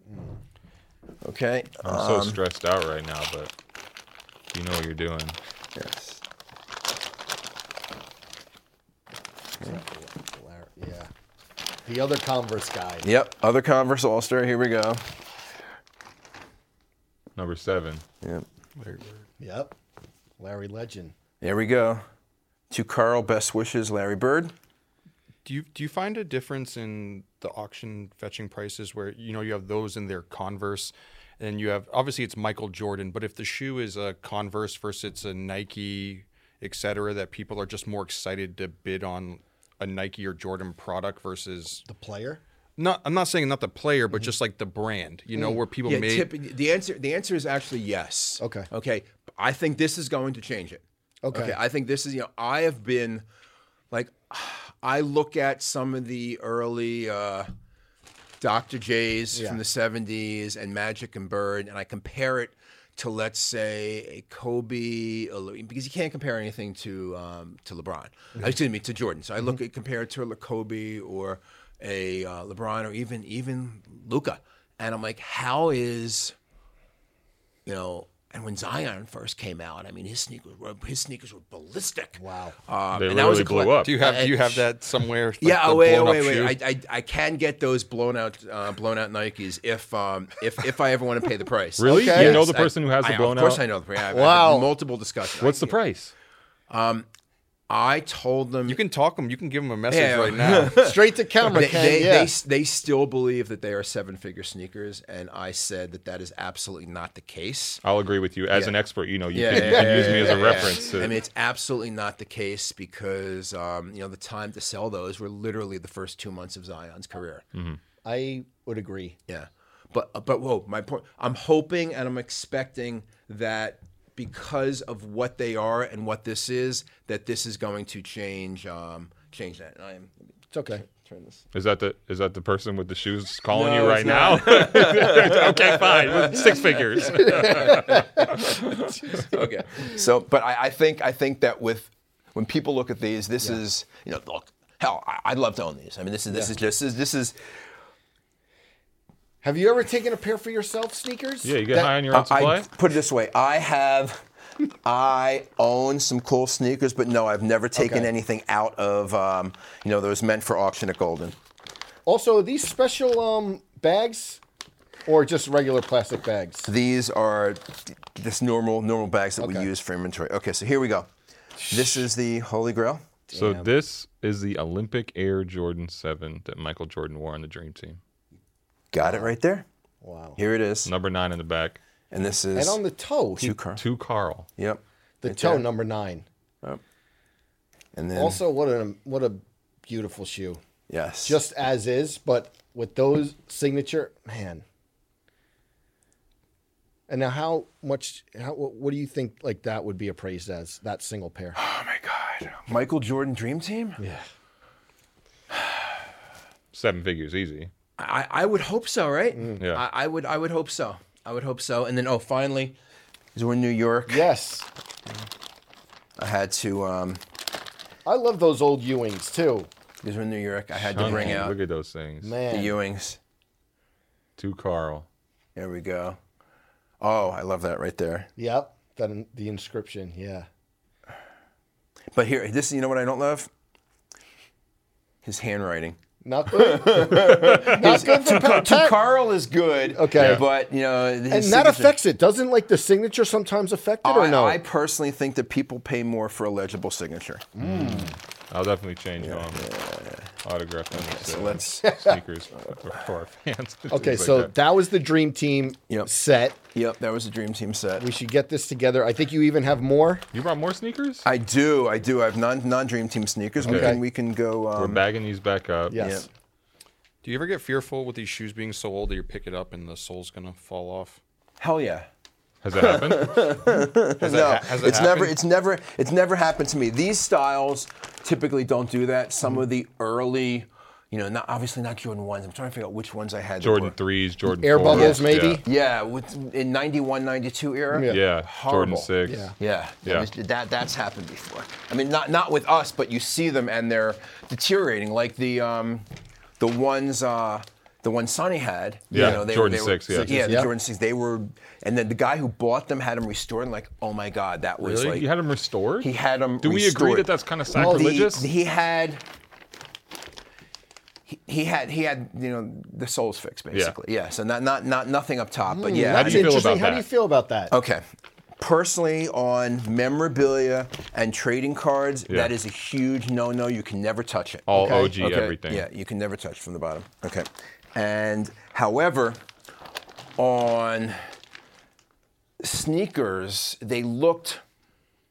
S4: Okay.
S3: I'm so
S4: Um,
S3: stressed out right now, but you know what you're doing.
S4: Yes.
S1: Yeah. The other Converse guy.
S4: Yep. Other Converse All Star. Here we go.
S3: Number seven.
S4: Yep.
S1: Yep. Larry Legend.
S4: There we go. To Carl, best wishes, Larry Bird.
S2: Do you do you find a difference in the auction fetching prices where you know you have those in their Converse, And then you have obviously it's Michael Jordan, but if the shoe is a Converse versus it's a Nike, etc., that people are just more excited to bid on a Nike or Jordan product versus
S1: The player.
S2: not. I'm not saying not the player, but just like the brand. You know where people
S4: Mm-hmm. Mm.
S2: may
S4: Yeah, tip, the answer the answer is actually yes.
S1: Okay.
S4: Okay. I think this is going to change it.
S1: Okay.
S4: I think this is you know I have been like I look at some of the early uh, Dr. J's
S1: Yeah.
S4: from the 70s and Magic and Bird and I compare it to let's say a Kobe a Lu- because you can't compare anything to um, to LeBron. Excuse me, to Jordan. So I
S2: Mm-hmm.
S4: look at compare it to a Kobe or a uh, LeBron or even even Luca and I'm like how is you know, and when Zion first came out, I mean, his sneakers were his sneakers were ballistic.
S1: Wow.
S4: Um,
S3: They
S4: and that
S3: literally
S4: was a Uh, collect-
S3: blew up.
S2: Do you have do you have that somewhere? Like
S4: yeah,
S2: the
S4: oh, wait, oh,
S2: blown-up
S4: wait,
S2: shoe?
S4: wait. I, I, I can get those blown out uh, blown out Nikes if um if if I ever want to pay the price.
S3: Really?
S1: Okay.
S3: You know
S4: Yes,
S3: the person who has
S4: I,
S3: the blown
S4: Of course,
S3: out?
S4: I know the person.
S1: Wow.
S4: Wow, multiple discussions.
S3: What's
S4: I,
S3: the price?
S4: I told them
S2: You can talk them. You can give them a message
S4: Yeah.
S2: right now.
S1: Straight to camera.
S4: they,
S1: Ken,
S4: they,
S1: yeah.
S4: they, they still believe that they are seven figure sneakers, and I said that that is absolutely not the case.
S3: I'll agree with you. As
S4: Yeah.
S3: an expert, you know, you
S4: Yeah,
S3: can,
S4: yeah,
S3: you can
S4: yeah,
S3: use me
S4: yeah,
S3: as a
S4: yeah,
S3: reference.
S4: yeah.
S3: To,
S4: I mean, it's absolutely not the case because um, you know the time to sell those were literally the first two months of Zion's career.
S1: I would agree.
S4: Yeah, but uh, but whoa, my point. I'm hoping and I'm expecting that because of what they are and what this is, that this is going to change um, change that. And I am
S1: It's okay.
S4: turn this.
S3: is that the is that the person with the shoes calling
S4: No,
S3: you right
S4: it's
S3: now? okay, fine. With Six figures.
S4: okay. So, but I, I think I think that with when people look at these, this is you know look hell, I, I'd love to own these. I mean, this is this is just this is this is
S1: Have you ever taken a pair for yourself sneakers?
S3: yeah, you get
S1: That-
S3: high on your own
S4: I,
S3: supply.
S4: I put it this way: I have, I own some cool sneakers, but no, I've never taken
S1: Okay.
S4: anything out of, um, you know, those meant for auction at Golden.
S1: Also, are these special um bags or just regular plastic bags?
S4: These are just normal, normal bags that
S1: Okay.
S4: we use for inventory. Okay, so here we go. This is the Holy Grail.
S3: so this is the Olympic Air Jordan Seven that Michael Jordan wore on the Dream Team.
S4: Got it right there.
S1: Wow.
S4: Here it is.
S3: Number nine in the back
S4: And this is
S1: And on the toe, he-
S4: two car.
S3: to Carl.
S4: Yep.
S1: the
S4: Right
S1: toe
S4: there.
S1: number nine.
S4: And then
S1: Also, what a what a beautiful shoe.
S4: yes,
S1: Just as is, but with those signature, man. And now, how much? How, what what do you think? Like that would be appraised as that single pair?
S4: Oh my God, Michael Jordan Dream Team.
S1: Yeah.
S3: Seven figures, easy.
S4: I, I would hope so, right?
S1: Mm.
S3: Yeah.
S4: I, I would I would hope so. I would hope so. And then oh finally, so we're in New York.
S1: Yes,
S4: I had to um
S1: I love those old Ewings too,
S4: because we're in New York, I had to bring
S3: Chunky,
S4: out
S3: Look at those things.
S4: the
S1: man.
S4: Ewings.
S3: To Carl.
S4: There we go. Oh, I love that right there.
S1: Yep, that in, the inscription. Yeah.
S4: But here this you know what I don't love? His handwriting.
S1: Not good. Not good for Pat.
S4: To
S1: Pat.
S4: Carl is good.
S1: Okay.
S4: But you know his
S1: and that
S4: signature-
S1: affects it. Doesn't like the signature sometimes affect it or
S4: Oh, I,
S1: no?
S4: I personally think that people pay more for a legible signature.
S3: I'll definitely change my autograph on these,
S4: So
S3: uh,
S4: let's
S3: sneakers for for our fans. and
S1: okay,
S3: things like
S1: so
S3: that.
S1: that. was the dream team
S4: Yep.
S1: set.
S4: Yep, that was a dream team set.
S1: We should get this together. I think you even have more.
S3: you brought more sneakers.
S4: I do, I do. I have non non dream team sneakers. We
S1: Okay.
S4: can we can go um,
S3: We're bagging these back up.
S1: Yes.
S4: Yep.
S2: Do you ever get fearful with these shoes being so old that you pick it up and the sole's gonna fall off?
S4: Hell yeah.
S3: Has that happened?
S2: Has
S4: No,
S2: that, ha- has that
S4: it's never,
S2: happened?
S4: it's never, it's never happened to me. These styles typically don't do that. Some of the early, you know, not obviously not Jordan ones. I'm trying to figure out which ones I had. that
S3: Jordan
S4: were-
S3: threes, Jordan
S1: Air
S3: fours,
S1: bubbles, maybe?
S4: Yeah, with, in 91, 92 era.
S1: Yeah.
S3: Yeah, yeah. Jordan
S4: Horrible.
S3: six.
S1: Yeah.
S4: Yeah,
S3: Yeah.
S4: That, was- that that's happened before. I mean, not not with us, but you see them and they're deteriorating, like the um, the ones uh, the ones Sonny had.
S3: Yeah,
S4: you know, they,
S3: Jordan
S4: they
S3: six, yeah.
S4: yeah, the
S1: Yeah.
S4: Jordan six. They were, and then the guy who bought them had them restored, and like, oh my god, that was
S3: Really?
S4: like
S3: you had them restored?
S4: He had them.
S3: Do we agree that that's kind of sacrilegious?
S4: he had. he- He had he had you know the soul's fixed basically yeah, so not not not nothing up top
S1: Hmm,
S4: but yeah Oh,
S3: How
S4: I
S3: do you feel
S1: interesting.
S3: about
S1: How do
S3: that?
S1: you feel about that?
S4: Okay. Personally, on memorabilia and trading cards,
S3: Yeah.
S4: that is a huge no-no. You can never touch it.
S3: All
S1: Okay.
S3: OG everything.
S4: Yeah, you can never touch from the bottom. Okay. And however, on sneakers, they looked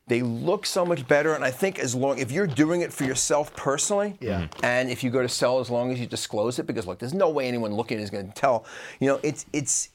S4: they look so much better. And I think as long if you're doing it for yourself personally,
S1: Yeah.
S4: and if you go to sell, as long as you disclose it, because look, there's no way anyone looking is going to tell. You know, it's it's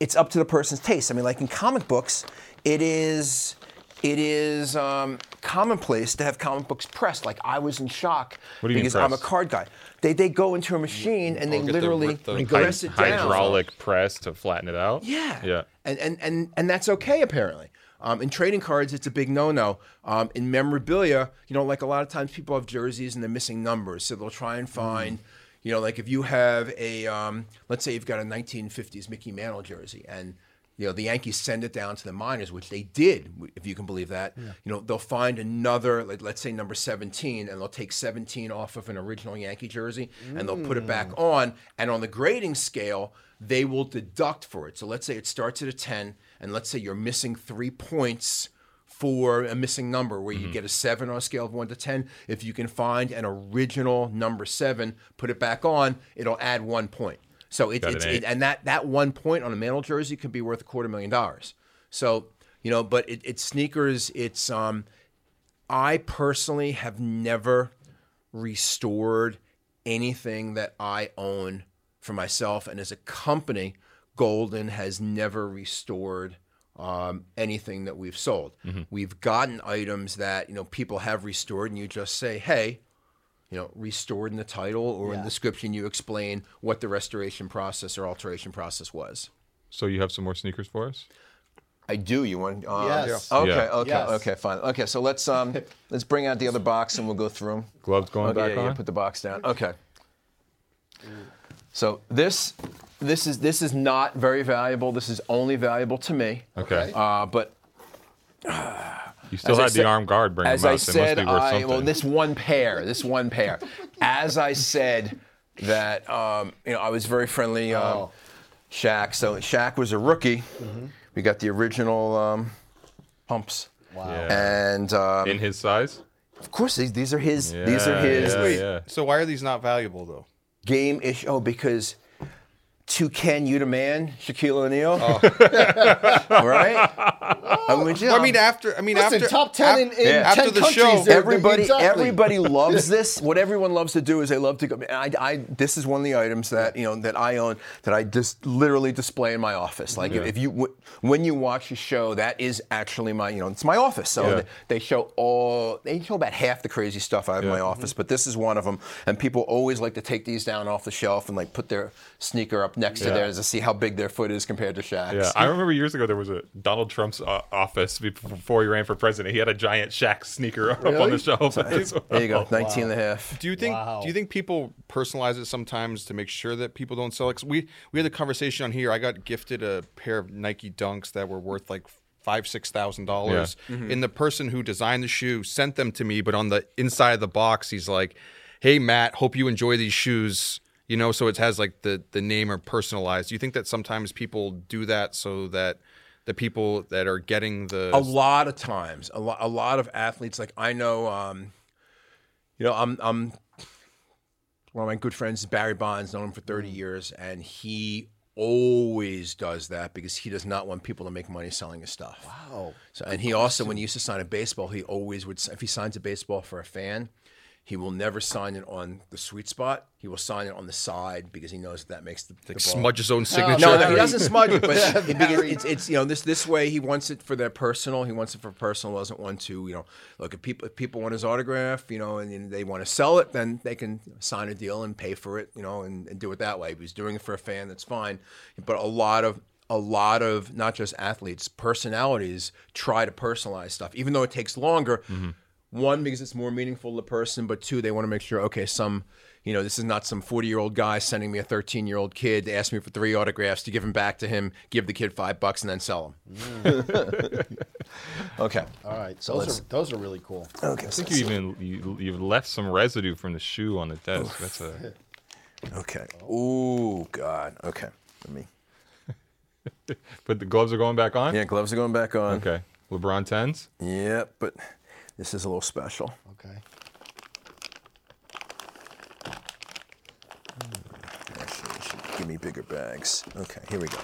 S4: it's up to the person's taste. I mean, like in comic books, it is it is um, commonplace to have comic books pressed. Like I was in shock
S3: What do you mean
S4: because I'm a
S3: pressed?
S4: card guy. They they go into a machine and they
S2: get the-
S4: literally
S2: the
S4: press it down.
S3: hydraulic press to flatten it out.
S4: Yeah.
S3: Yeah.
S4: And and and and that's okay apparently. Um, in trading cards, it's a big no-no. Um, in memorabilia, you know, like a lot of times people have jerseys and they're missing numbers, so they'll try and
S3: Mm.
S4: find, you know, like if you have a, um, let's say you've got a 1950s Mickey Mantle jersey, and you know the Yankees send it down to the minors, which they did, if you can believe that. You know, they'll find another, like, let's say number 17, and they'll take 17 off of an original Yankee jersey, and they'll put it back
S3: Mm.
S4: on. And on the grading scale, they will deduct for it. So let's say it starts at a 10, and let's say you're missing three points for a missing number where
S3: Mm-hmm.
S4: you get a seven on a scale of one to 10. If you can find an original number seven, put it back on, it'll add one point. So it,
S3: Got an
S4: it's,
S3: eight.
S4: it, and that, that one point on a mantle jersey could be worth a quarter million dollars. So, you know, but it, it's sneakers, it's, um, I personally have never restored anything that I own for myself. And as a company, Golden has never restored um, anything that we've sold.
S1: Mm-hmm.
S4: We've gotten items that you know people have restored, and you just say, "Hey." You know, restored in the title or in the description, you explain what the restoration process or alteration process was.
S3: So you have some more sneakers for us?
S4: I do. You want? Uh,
S1: Yes.
S4: Okay.
S3: Yeah.
S4: Okay.
S1: Yes.
S4: Okay. Fine. Okay. So let's um let's bring out the other box and we'll go through 'em.
S3: Gloves going
S4: Okay,
S3: back
S4: Oh, yeah,
S3: on.
S4: yeah, put the box down. Okay. So this this is this is not very valuable. This is only valuable to me.
S3: okay.
S4: Uh, but
S3: you still
S4: as I
S3: had
S4: said-
S3: the arm guard bring
S4: as
S3: them out.
S4: I
S3: so
S4: said,
S3: they must be worth
S4: I
S3: something.
S4: well this one pair, this one pair. as I said that um, you know I was very friendly. Um,
S1: Oh.
S4: Shaq. So Shaq was a rookie. We got the original um, pumps.
S1: Wow.
S3: Yeah.
S4: And um,
S3: in his size.
S4: of course, these, these are his. these are
S3: Yeah,
S4: his.
S3: yeah,
S2: Wait,
S3: yeah.
S2: so why are these not valuable though?
S4: game ish. Oh, because to Ken, you to man, Shaquille O'Neal. right? I mean, yeah,
S2: I mean, after I mean,
S1: Listen,
S2: after
S1: top 10 in-
S2: af-
S1: in
S4: Yeah.
S1: 10
S2: after the
S1: countries,
S2: show,
S1: they're- they're-
S4: everybody,
S1: exactly.
S4: everybody loves this. What everyone loves to do is they love to go. and I, I, this is one of the items that you know that I own that I just literally display in my office. Like if you when you watch a show, that is actually my you know it's my office. So
S3: Yeah.
S4: they, they show all they show about half the crazy stuff I have in my
S3: Yeah.
S4: office, but this is one of them. And people always like to take these down off the shelf and like put their sneaker up next to
S3: Yeah.
S4: theirs to see how big their foot is compared to Shaq's.
S3: Yeah, I remember years ago there was a Donald Trump's uh, office be- before he ran for president. He had a giant Shaq sneaker up on the shelf.
S4: There you go, 19 and a half.
S2: Do you think
S1: Wow.
S2: do you think people personalize it sometimes to make sure that people don't sell? Because we we had a conversation on here. I got gifted a pair of Nike Dunks that were worth like five six thousand dollars,
S4: Mm-hmm.
S2: and the person who designed the shoe sent them to me. But on the inside of the box, he's like, "Hey Matt, hope you enjoy these shoes." You know, so it has like the the name or personalized. Do you think that sometimes people do that so that the people that are getting the
S4: a lot of times a lot a lot of athletes like i know um you know i'm i'm one of my good friends is barry bonds known him for 30 years and he always does that because he does not want people to make money selling his stuff
S1: Wow.
S4: so, and he also, when he used to sign a baseball, he always would. If he signs a baseball for a fan, he will never sign it on the sweet spot. He will sign it on the side because he knows that, that makes the, the ball.
S2: smudge his own signature?
S4: No, no, he
S1: Barry.
S4: doesn't smudge it, but it- because
S1: Barry.
S4: it's, it's you know this this way he wants it for their personal. He wants it for personal. Doesn't want to you know look if people if people want his autograph you know and, and they want to sell it then they can sign a deal and pay for it you know and, and do it that way. If he's doing it for a fan, that's fine. But a lot of a lot of not just athletes, personalities try to personalize stuff, even though it takes longer. One because it's more meaningful to the person, but two they want to make sure okay some you know, this is not some 40 year old guy sending me a 13 year old kid to ask me for three autographs to give him back to him, give the kid five bucks, and then sell him. Mm. okay.
S1: All right. Those are, those are really cool.
S4: Okay.
S3: I think you even you, you've left some residue from the shoe on the desk. That's a
S4: Okay. Ooh, God. Okay. Let me.
S3: but the gloves are going back on.
S4: Yeah, gloves are going back on.
S3: Okay, LeBron tens.
S4: Yep, but this is a little special.
S1: Okay.
S4: Actually, you should give me bigger bags. Okay, here we go.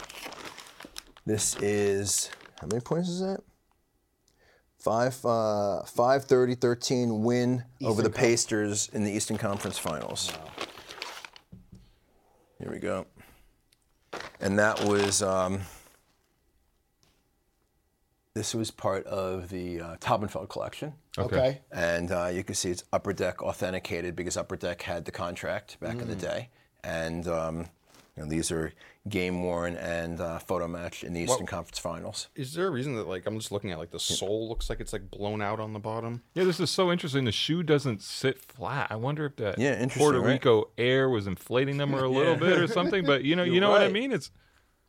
S4: This is how many points is that? Five, uh, five, 30, 13 win over the Pacers in the Eastern Conference Finals. Here we go. And that was um, this was part of the uh, Taubenfeld collection.
S1: Okay.
S4: And uh, you can see it's Upper Deck authenticated because Upper Deck had the contract back in the day. And um, you know, these are game worn and uh, photo matched in the Eastern Conference Finals.
S2: Is there a reason that like I'm just looking at like the sole looks like it's like blown out on the bottom?
S3: Yeah, this is so interesting. The shoe doesn't sit flat. I wonder if that
S4: Yeah, interesting,
S3: Puerto
S4: right?
S3: Rico air was inflating them or a little bit or something. But you know, you know what I
S4: right.
S3: mean. It's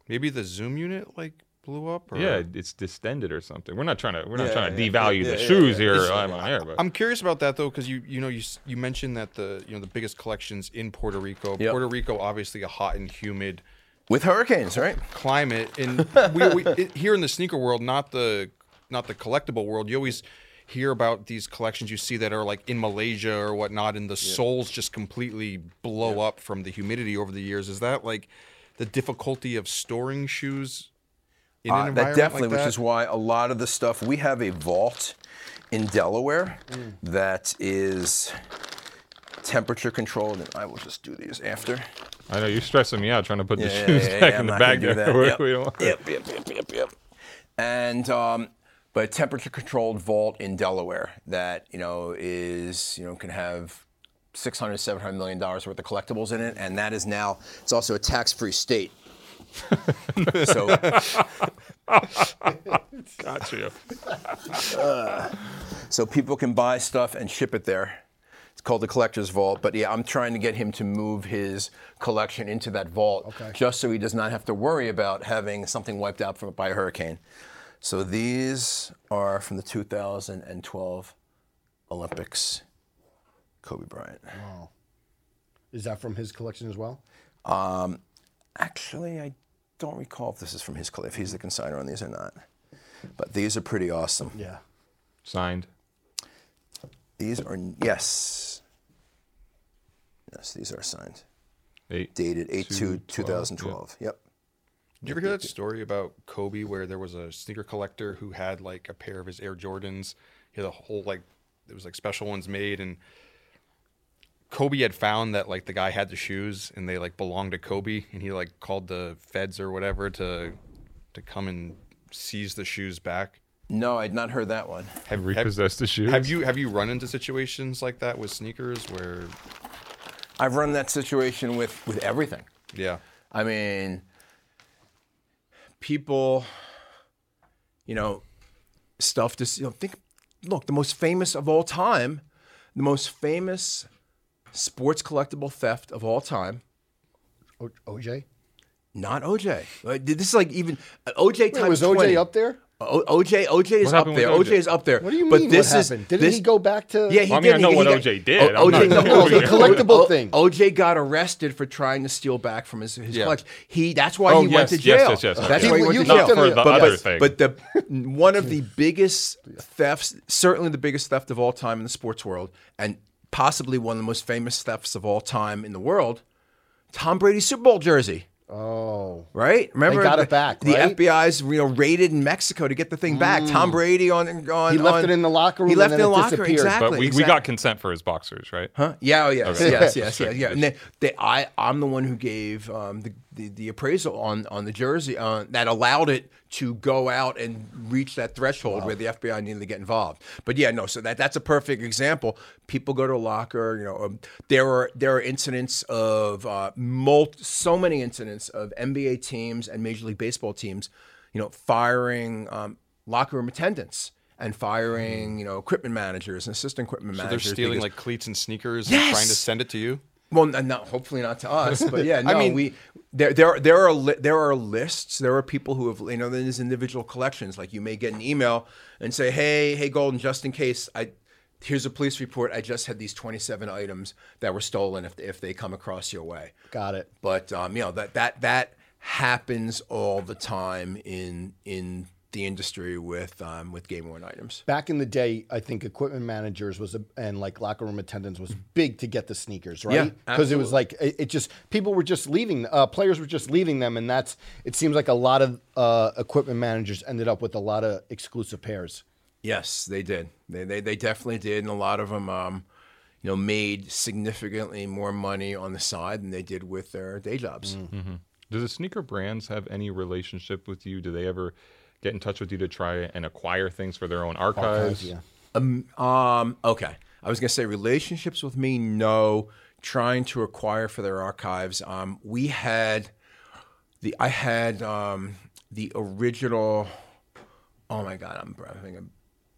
S2: Maybe the zoom unit like blew up. Or...
S3: yeah, it's distended or something. We're not trying to we're not
S4: Yeah,
S3: trying to
S4: yeah,
S3: devalue
S4: yeah,
S3: the
S4: yeah,
S3: shoes
S4: yeah.
S3: here
S4: It's-
S3: on my air, but
S2: I'm curious about that though, because you you know you s- you mentioned that the you know the biggest collections in Puerto Rico.
S4: Yep.
S2: Puerto Rico obviously a hot and humid
S4: With hurricanes, right? Uh,
S2: climate, and we, we it, here in the sneaker world, not the not the collectible world. You always hear about these collections you see that are like in Malaysia or whatnot, and the soles just completely blow up from the humidity over the years. Is that like the difficulty of storing shoes? In
S4: Uh, that
S2: environment
S4: definitely,
S2: like
S4: which
S2: that?
S4: is why a lot of the stuff we have a vault in Delaware
S2: Mm.
S4: that is temperature controlled, and I will just do these after.
S3: I know you're stressing me out trying to put the
S4: Yeah,
S3: shoes
S4: yeah, yeah,
S3: back
S4: yeah,
S3: in
S4: I'm
S3: the
S4: not
S3: bag
S4: gonna
S3: there.
S4: do
S3: We-
S4: that.
S3: we don't-
S4: Yep, yep, yep, yep, yep. And um, but a temperature controlled vault in Delaware that you know is you know can have. 600 700 million dollars worth of collectibles in it and that is now it's also a tax-free state so
S3: Got you.
S4: so people can buy stuff and ship it there. It's called the collector's vault. But yeah, I'm trying to get him to move his collection into that vault, just so he does not have to worry about having something wiped out from, by a hurricane. So these are from the 2012 Olympics. Kobe Bryant.
S1: Is that from his collection as well?
S4: Um, Actually, I don't recall if this is from his collection, if he's the consigner on these or not. But these are pretty awesome.
S1: Yeah.
S3: Signed.
S4: These are yes. Yes, these are signed.
S3: Eight.
S4: Dated 8 2
S3: 2012,
S4: 2012. Yep.
S2: Did you ever hear that story about Kobe where there was a sneaker collector who had like a pair of his Air Jordans? He had a whole like it was like special ones made and Kobe had found that like the guy had the shoes and they like belonged to Kobe and he like called the feds or whatever to to come and seize the shoes back.
S4: No, I'd not heard that one.
S2: Have, have,
S3: Repossessed the shoes.
S2: have you have you run into situations like that with sneakers where
S4: I've run that situation with with everything.
S2: yeah.
S4: I mean, people, you know, stuff just, you know, think, look, the most famous of all time, the most famous sports collectible theft of all time,
S1: O- OJ?
S4: not OJ. Like, This is like even OJ
S1: Wait,
S4: times
S1: was OJ
S4: 20.
S1: up there?
S4: O- OJ, OJ is up
S3: happened with
S4: there. OJ?
S3: OJ?
S4: is up there.
S1: What do you
S4: But
S1: mean?
S4: this
S1: what
S4: is
S1: happened? Didn't
S4: this,
S1: he go back to?
S4: Yeah, he
S3: Well, I
S4: did.
S3: mean, I know
S4: he,
S3: what
S4: he
S3: OJ did.
S4: O-
S3: I'm
S4: OJ,
S3: not-
S4: no,
S1: the collectible thing.
S4: OJ got arrested for trying to steal back from his, his
S2: Yeah.
S4: collection. He that's why
S3: Oh,
S4: he
S3: yes,
S4: went to
S3: yes,
S4: jail.
S3: yes, yes,
S4: That's
S1: okay.
S4: why he
S1: You-
S4: went to
S1: you
S4: jail.
S1: Not for the
S4: but,
S3: other
S4: but,
S3: thing.
S4: but the one of the biggest thefts, certainly the biggest theft of all time in the sports world, and possibly one of the most famous thefts of all time in the world, Tom Brady's Super Bowl jersey
S1: Oh,
S4: right? Remember,
S1: got
S4: the,
S1: it back,
S4: The
S1: right? Mm.
S4: FBI's you know raided in Mexico to get the thing back. Tom Brady on on
S1: He left
S4: on-
S1: it in the locker room
S4: He
S1: and
S4: left
S1: then
S4: it in
S1: it
S4: the locker room.
S1: disappeared.
S4: Exactly.
S3: But we, we
S4: exactly.
S3: got consent for his boxers, right?
S4: Huh? Yeah. Oh, yes.
S3: Okay.
S4: Yes.
S1: Yeah.
S4: Yes. Yeah. Yeah. And they, they, I, I'm the one who gave um, the, the the appraisal on on the jersey uh, that allowed it to go out and reach that threshold where the FBI needed to get involved. But yeah, no. So that that's a perfect example. People go to a locker. You know, um, there are there are incidents of uh, mul- so many incidents of NBA teams and Major League Baseball teams. You know, firing um, locker room attendants. And firing, you know, equipment managers and assistant equipment
S2: They're
S4: managers.
S2: stealing
S4: because-
S2: like cleats and sneakers and
S4: Yes!
S2: trying to send it to you.
S4: well, n- not hopefully not to us, but yeah, no,
S2: mean-
S4: we there there there are li- there are lists. There are people who have you know there's individual collections. Like you may get an email and say, "Hey, hey, Golden, just in case I." Here's a police report. I just had these 27 items that were stolen. If, if they come across your way,
S1: got it.
S4: but um, you know that that that happens all the time in in the industry with um, with game worn items.
S1: Back in the day, I think equipment managers was a, and like locker room attendants was big to get the sneakers, right? Because it was like it, it just people were just leaving, uh, players were just leaving them, and that's it seems like a lot of uh, equipment managers ended up with a lot of exclusive pairs.
S4: Yes, they did. They they, they definitely did, and a lot of them, um, you know, made significantly more money on the side than they did with their day jobs.
S3: Do the sneaker brands have any relationship with you? Do they ever get in touch with you to try and acquire things for their own
S4: Oh,
S3: archives?
S1: yeah.
S4: Um, okay. I was gonna say relationships with me, no. Trying to acquire for their archives. Um, we had the I had um the original oh my god, I'm br- having a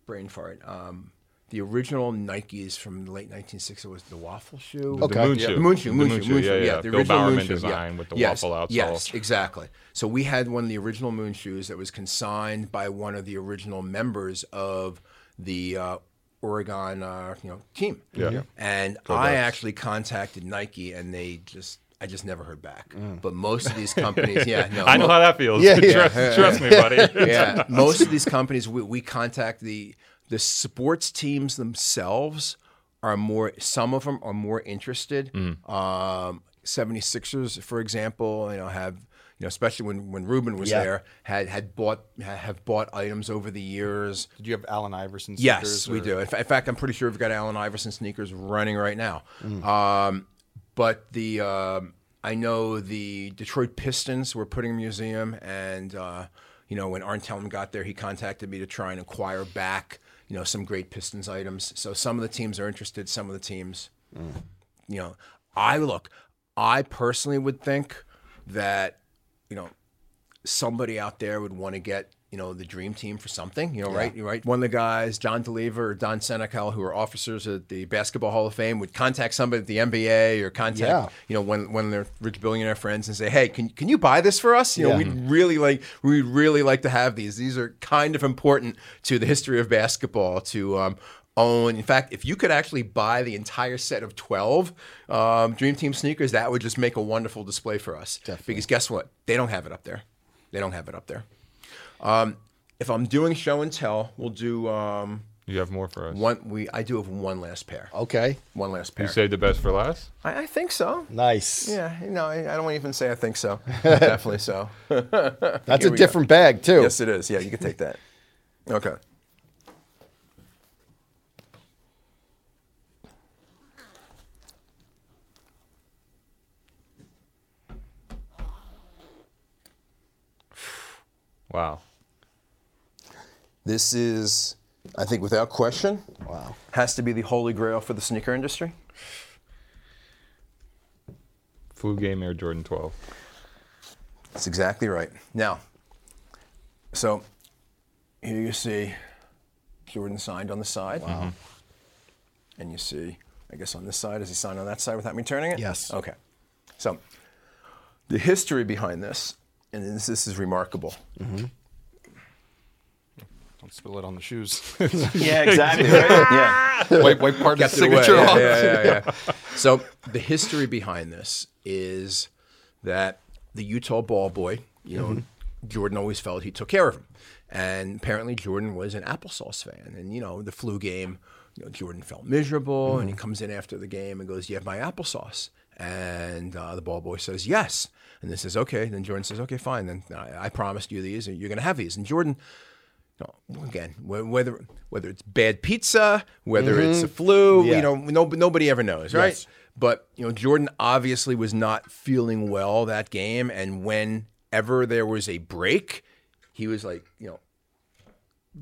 S4: brain fart. Um the original Nikes from the late 1960s was the waffle shoe.
S1: Okay.
S3: The moon
S1: Yeah,
S3: shoe.
S4: The moon shoe,
S3: The
S4: moon shoe, moon shoe,
S3: Yeah, yeah.
S4: yeah. The
S3: Bill
S4: original
S3: Bowerman
S4: moon shoe,
S3: design
S4: yeah.
S3: with the
S4: Yes,
S3: waffle outsole.
S4: Yes, exactly. So we had one of the original moon shoes that was consigned by one of the original members of the uh, Oregon, uh, you know, team.
S3: Yeah. Yeah.
S4: And I actually contacted Nike, and they just, I just never heard back. But most of these companies, yeah, no,
S3: Mm. I know how that feels.
S1: Yeah, yeah.
S3: trust, trust me, buddy.
S4: yeah, most of these companies we, we contact the the sports teams themselves are more. Some of them are more interested. Um, 76ers, for example, you know have you know especially when when Ruben was
S1: Yeah.
S4: there had had bought ha- have bought items over the years.
S2: Did you have Allen Iverson?
S4: Yes,
S2: sneakers
S4: we
S2: or-
S4: do. In, fa- in fact, I'm pretty sure we've got Allen Iverson sneakers running right now.
S2: Mm.
S4: Um, but the um, I know the Detroit Pistons were putting a museum, and uh, you know when Arn Tellum got there, he contacted me to try and acquire back you know some great Pistons items. So some of the teams are interested. Some of the teams, you know, I look. I personally would think that you know somebody out there would want to get you know the dream team for something you know right You're right one of the guys john deliver or don senecal who are officers at the basketball hall of fame would contact somebody at the nba or contact
S1: Yeah.
S4: you know one, one of their rich billionaire friends and say hey can, can you buy this for us you know
S1: Yeah.
S4: we'd really like we'd really like to have these these are kind of important to the history of basketball to um, own in fact if you could actually buy the entire set of 12 um, dream team sneakers that would just make a wonderful display for us because guess what they don't have it up there they don't have it up there um, if i'm doing show and tell we'll do um,
S3: You have more for us.
S4: one we i do have one last pair
S1: Okay,
S4: one last
S3: You
S4: pair
S3: saved the best for last.
S4: I, I think so
S1: nice.
S4: yeah, no, I, I don't even say I think so. Definitely so.
S1: That's
S4: Here
S1: a
S4: we go.
S1: different bag too.
S4: Yes, it is. Yeah, you can take that. Okay.
S3: Wow.
S4: This is, I think, without question,
S1: Wow.
S4: has to be the holy grail for the sneaker industry.
S3: Flu game Air Jordan 12.
S4: That's exactly right. Now, so here you see Jordan signed on the side. And you see, I guess on this side, is he signed on that side without me turning it?
S1: Yes.
S4: Okay. So the history behind this, and this, this is remarkable.
S2: Don't spill it on the shoes.
S4: Yeah, exactly. yeah.
S2: white, white part of the
S4: kept it away.
S2: signature
S4: Yeah,
S2: off.
S4: yeah, yeah, yeah. so the history behind this is that the Utah ball boy, you know, Jordan always felt he took care of him, and apparently Jordan was an applesauce fan, and you know the flu game. You know, Jordan felt miserable, and he comes in after the game and goes, "You have my applesauce," and uh, the ball boy says, "Yes," and this is okay. then Jordan says, "Okay, fine. Then I, I promised you these, and you're going to have these." And Jordan no, again, wh- whether whether it's bad pizza, whether it's a flu,
S1: Mm-hmm. Yeah.
S4: you know, no, nobody ever knows, right?
S1: Yes.
S4: But you know, Jordan obviously was not feeling well that game, and whenever there was a break, he was like, you know,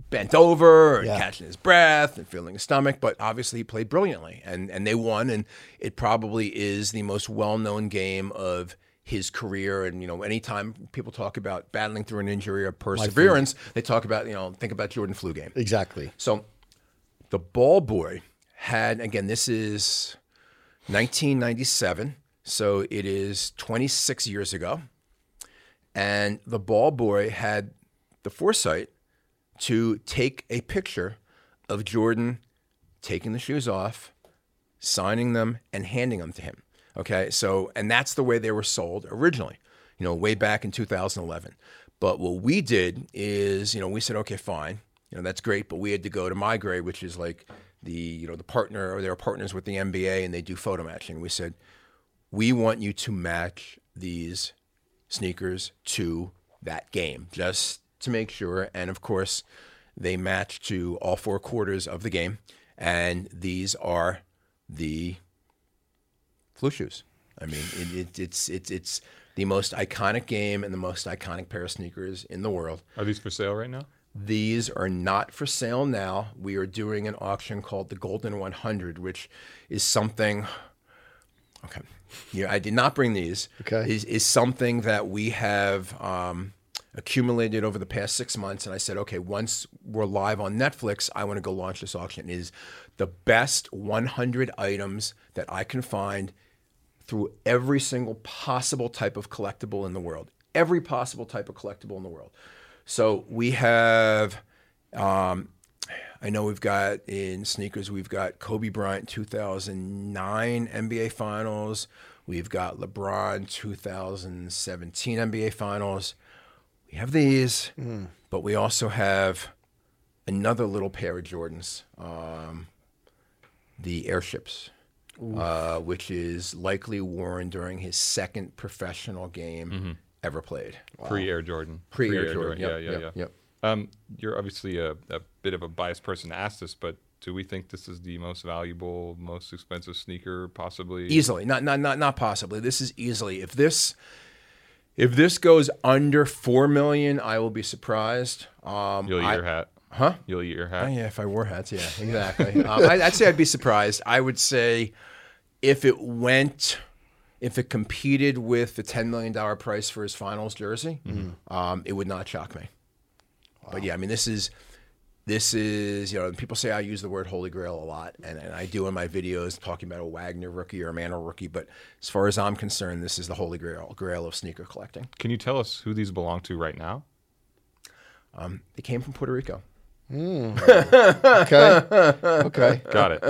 S4: bent over and
S1: Yeah.
S4: catching his breath and feeling his stomach. But obviously, he played brilliantly, and and they won, and it probably is the most well known game of. His career, and you know, anytime people talk about battling through an injury or perseverance, they talk about you know, think about Jordan flu game.
S1: Exactly.
S4: So the ball boy had, again, this is 1997. So it is 26 years ago. And the ball boy had the foresight to take a picture of Jordan taking the shoes off, signing them, and handing them to him. Okay. So, and that's the way they were sold originally, you know, way back in 2011. But what we did is, you know, we said, okay, fine, you know, that's great, but we had to go to Migrate, which is like the, you know, the partner or they're partners with the NBA and they do photo matching. We said, we want you to match these sneakers to that game just to make sure. And of course, they match to all four quarters of the game. And these are the flu shoes. I mean, it, it, it's it's it's the most iconic game and the most iconic pair of sneakers in the world.
S3: Are these for sale right now?
S4: These are not for sale now. We are doing an auction called the Golden 100, which is something. Okay, yeah, I did not bring these.
S1: Okay.
S4: is is something that we have um, accumulated over the past six months, and I said, okay, once we're live on Netflix, I want to go launch this auction. It is the best 100 items that I can find through every single possible type of collectible in the world, every possible type of collectible in the world. So we have, um, I know we've got in sneakers, we've got Kobe Bryant 2009 NBA Finals, we've got LeBron 2017 NBA Finals. We have these, but we also have another little pair of Jordans, um, the airships uh, which is likely worn during his second professional game
S3: Mm-hmm.
S4: ever played.
S3: Pre Air Jordan.
S4: Pre Air Jordan. Yep,
S3: Yeah, yeah,
S4: yep,
S3: yeah.
S4: Yep.
S3: Um, you're obviously a, a bit of a biased person to ask this, but do we think this is the most valuable, most expensive sneaker possibly?
S4: Easily, not not not not possibly. This is easily. If this if this goes under four million, I will be surprised. Um,
S3: You'll eat
S4: I-
S3: your hat.
S4: Huh?
S3: You'll eat your
S4: Oh,
S3: hat.
S4: yeah, if I wore hats, yeah, exactly. um, I, I'd say I'd be surprised. I would say if it went, if it competed with the ten million dollar price for his finals jersey, um, it would not shock me. But yeah, I mean, this is this is you know people say I use the word Holy Grail a lot, and, and I do in my videos talking about a Wagner rookie or a Manor rookie. But as far as I'm concerned, this is the Holy Grail Grail of sneaker collecting.
S3: Can you tell us who these belong to right now?
S4: Um, they came from Puerto Rico.
S1: Okay. okay.
S3: Got it.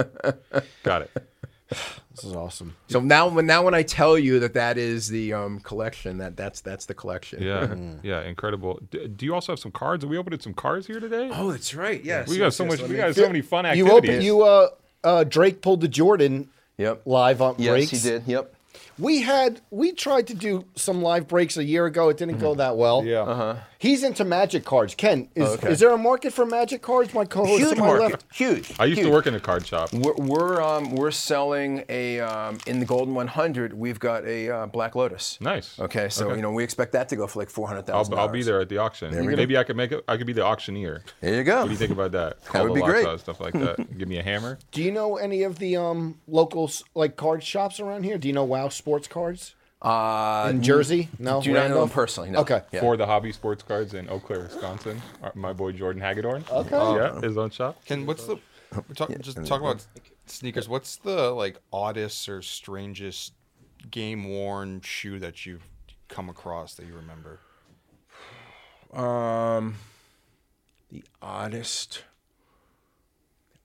S3: Got it.
S1: This is awesome.
S4: So now, when now when I tell you that that is the um, collection, that that's that's the collection.
S3: Yeah,
S4: Mm-hmm.
S3: yeah, incredible. D- do you also have some cards? Are we opening some cards here today?
S4: Oh, that's right. Yes.
S3: we got
S4: yes,
S3: so
S4: yes,
S3: much.
S4: let
S3: We
S4: me-
S3: got so many fun activities.
S1: You open you uh uh Drake pulled the Jordan
S4: Yep.
S1: live on
S4: Yes,
S1: breaks.
S4: he did. Yep.
S1: We had we tried to do some live breaks a year ago. It didn't go that well.
S3: Mm-hmm. Yeah.
S1: He's into magic cards. Ken, is,
S4: Uh-huh. Oh, okay.
S1: is there a market for magic cards? My
S4: Oh,
S1: co-host to my left.
S4: Huge.
S3: I used to work in a card shop.
S4: We're we're, um, we're selling a um, in the Golden 100. We've got a uh, Black Lotus.
S3: Nice.
S4: Okay, so you know we expect that to go for like four hundred
S3: I'll,
S4: thousand.
S3: I'll be there at the auction.
S4: go.
S3: Maybe I could make it. I could be the auctioneer. What
S4: There you go.
S3: do you think about that? Call
S4: would
S3: the
S4: be
S3: lots
S4: great.
S3: out, stuff like that. Give me a hammer.
S1: Do you know any of the um local s- like card shops around here? Do you know Wow Sports Cards
S4: Uh,
S1: in Jersey? No.
S4: do not know them
S1: Randolph?
S4: personally, no.
S1: Okay.
S4: Yeah.
S3: For the hobby sports cards in Eau Claire, Wisconsin, Our- my boy Jordan Hagedorn.
S1: Okay.
S3: Yeah, his own shop.
S2: Can what's the we're talk, just talk about sneakers? What's the like oddest or strangest game worn shoe that you've come across that you remember?
S4: Um, the oddest,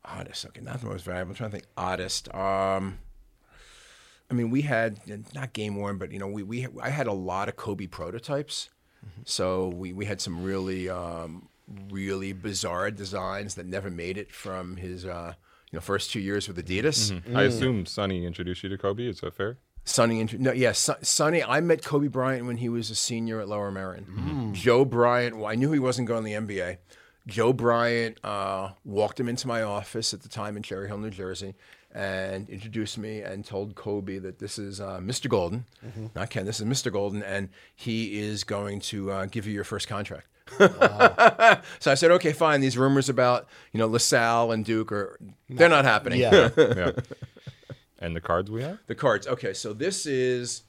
S4: oddest. Okay, not the most valuable. I'm trying to think. Oddest. Um, I mean, we had not game worn, but you know, we we I had a lot of Kobe prototypes, so we we had some really um, really bizarre designs that never made it from his uh, you know first two years with Adidas.
S3: I assume Sonny introduced you to Kobe. Is that fair?
S4: Sonny, intro- no, yeah, Son- Sonny. I met Kobe Bryant when he was a senior at Lower Merion. Joe Bryant. Well, I knew he wasn't going to the NBA. Joe Bryant uh, walked him into my office at the time in Cherry Hill, New Jersey, and introduced me and told Kobe that this is uh, Mr. Golden, not Ken. This is Mr. Golden, and he is going to uh, give you your first contract. so I said, okay, fine. These rumors about you know LaSalle and Duke are they're not happening.
S1: Yeah.
S3: Yeah. and the cards we have.
S4: The cards. Okay, so this is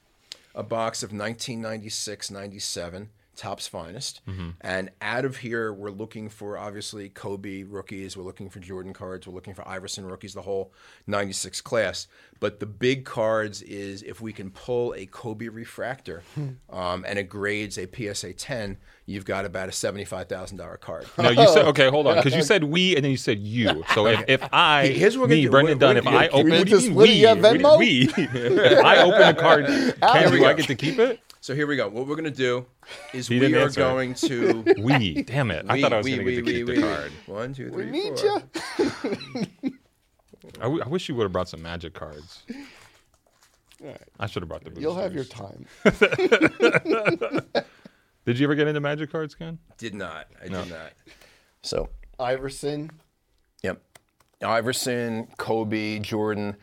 S4: a box of 1996, 97, Top's Finest.
S3: Mm-hmm.
S4: And out of here, we're looking for obviously Kobe rookies, we're looking for Jordan cards, we're looking for Iverson rookies, the whole 96 class. But the big cards is if we can pull a Kobe refractor
S3: Hmm.
S4: um, and it grades a PSA 10, you've got about a $75,000 card.
S3: No, you said okay. Hold on, because you said we, and then you said you. So if, if I,
S4: Here's what we're
S3: me,
S4: gonna
S3: Brendan
S4: do. We're-
S3: Dunn, if
S4: we're-
S3: I
S4: can we
S3: open, what do
S1: just
S3: you mean
S1: split it?
S3: we?
S1: You have
S3: We-
S1: Venmo?
S3: we. if I open a card, Ken,
S1: we
S3: do I
S1: go.
S3: get to keep it?
S4: So here we go. What we're gonna do is
S3: He
S4: we
S3: didn't
S4: are
S3: answer.
S4: going to.
S3: We, damn it! I thought I was going to get to keep the card.
S4: One, two, three,
S1: We need
S4: four.
S1: you.
S3: I, w- I wish you would have brought some magic cards. I should have brought the. Boosters.
S1: You'll have your time.
S3: Did you ever get into magic cards, Ken?
S4: Did not. I did not. So
S1: Iverson.
S4: Yep. Iverson, Kobe, Jordan.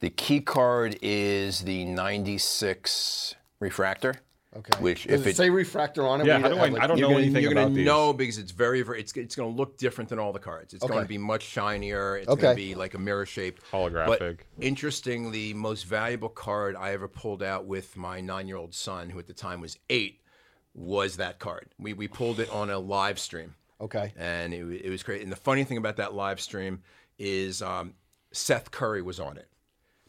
S4: The key card is the 96 refractor.
S1: Okay.
S4: Which,
S1: Does
S4: if
S1: it,
S4: it-
S1: say refractor on it?
S3: Yeah,
S1: We
S3: how do
S1: have,
S3: I- I don't
S4: uh,
S3: know
S4: You're gonna,
S3: anything
S4: you're
S3: about
S4: gonna
S3: these.
S4: know because it's very, very it's, it's going to look different than all the cards. It's going
S1: Okay.
S4: to be much shinier. It's
S1: Okay.
S4: going to be like a mirror shaped,
S3: Holographic.
S4: But interesting, the most valuable card I ever pulled out with my nine year old son, who at the time was eight, was that card. We we pulled it on a live stream.
S1: Okay.
S4: and it, wa- it was great. And the funny thing about that live stream is um, Seth Curry was on it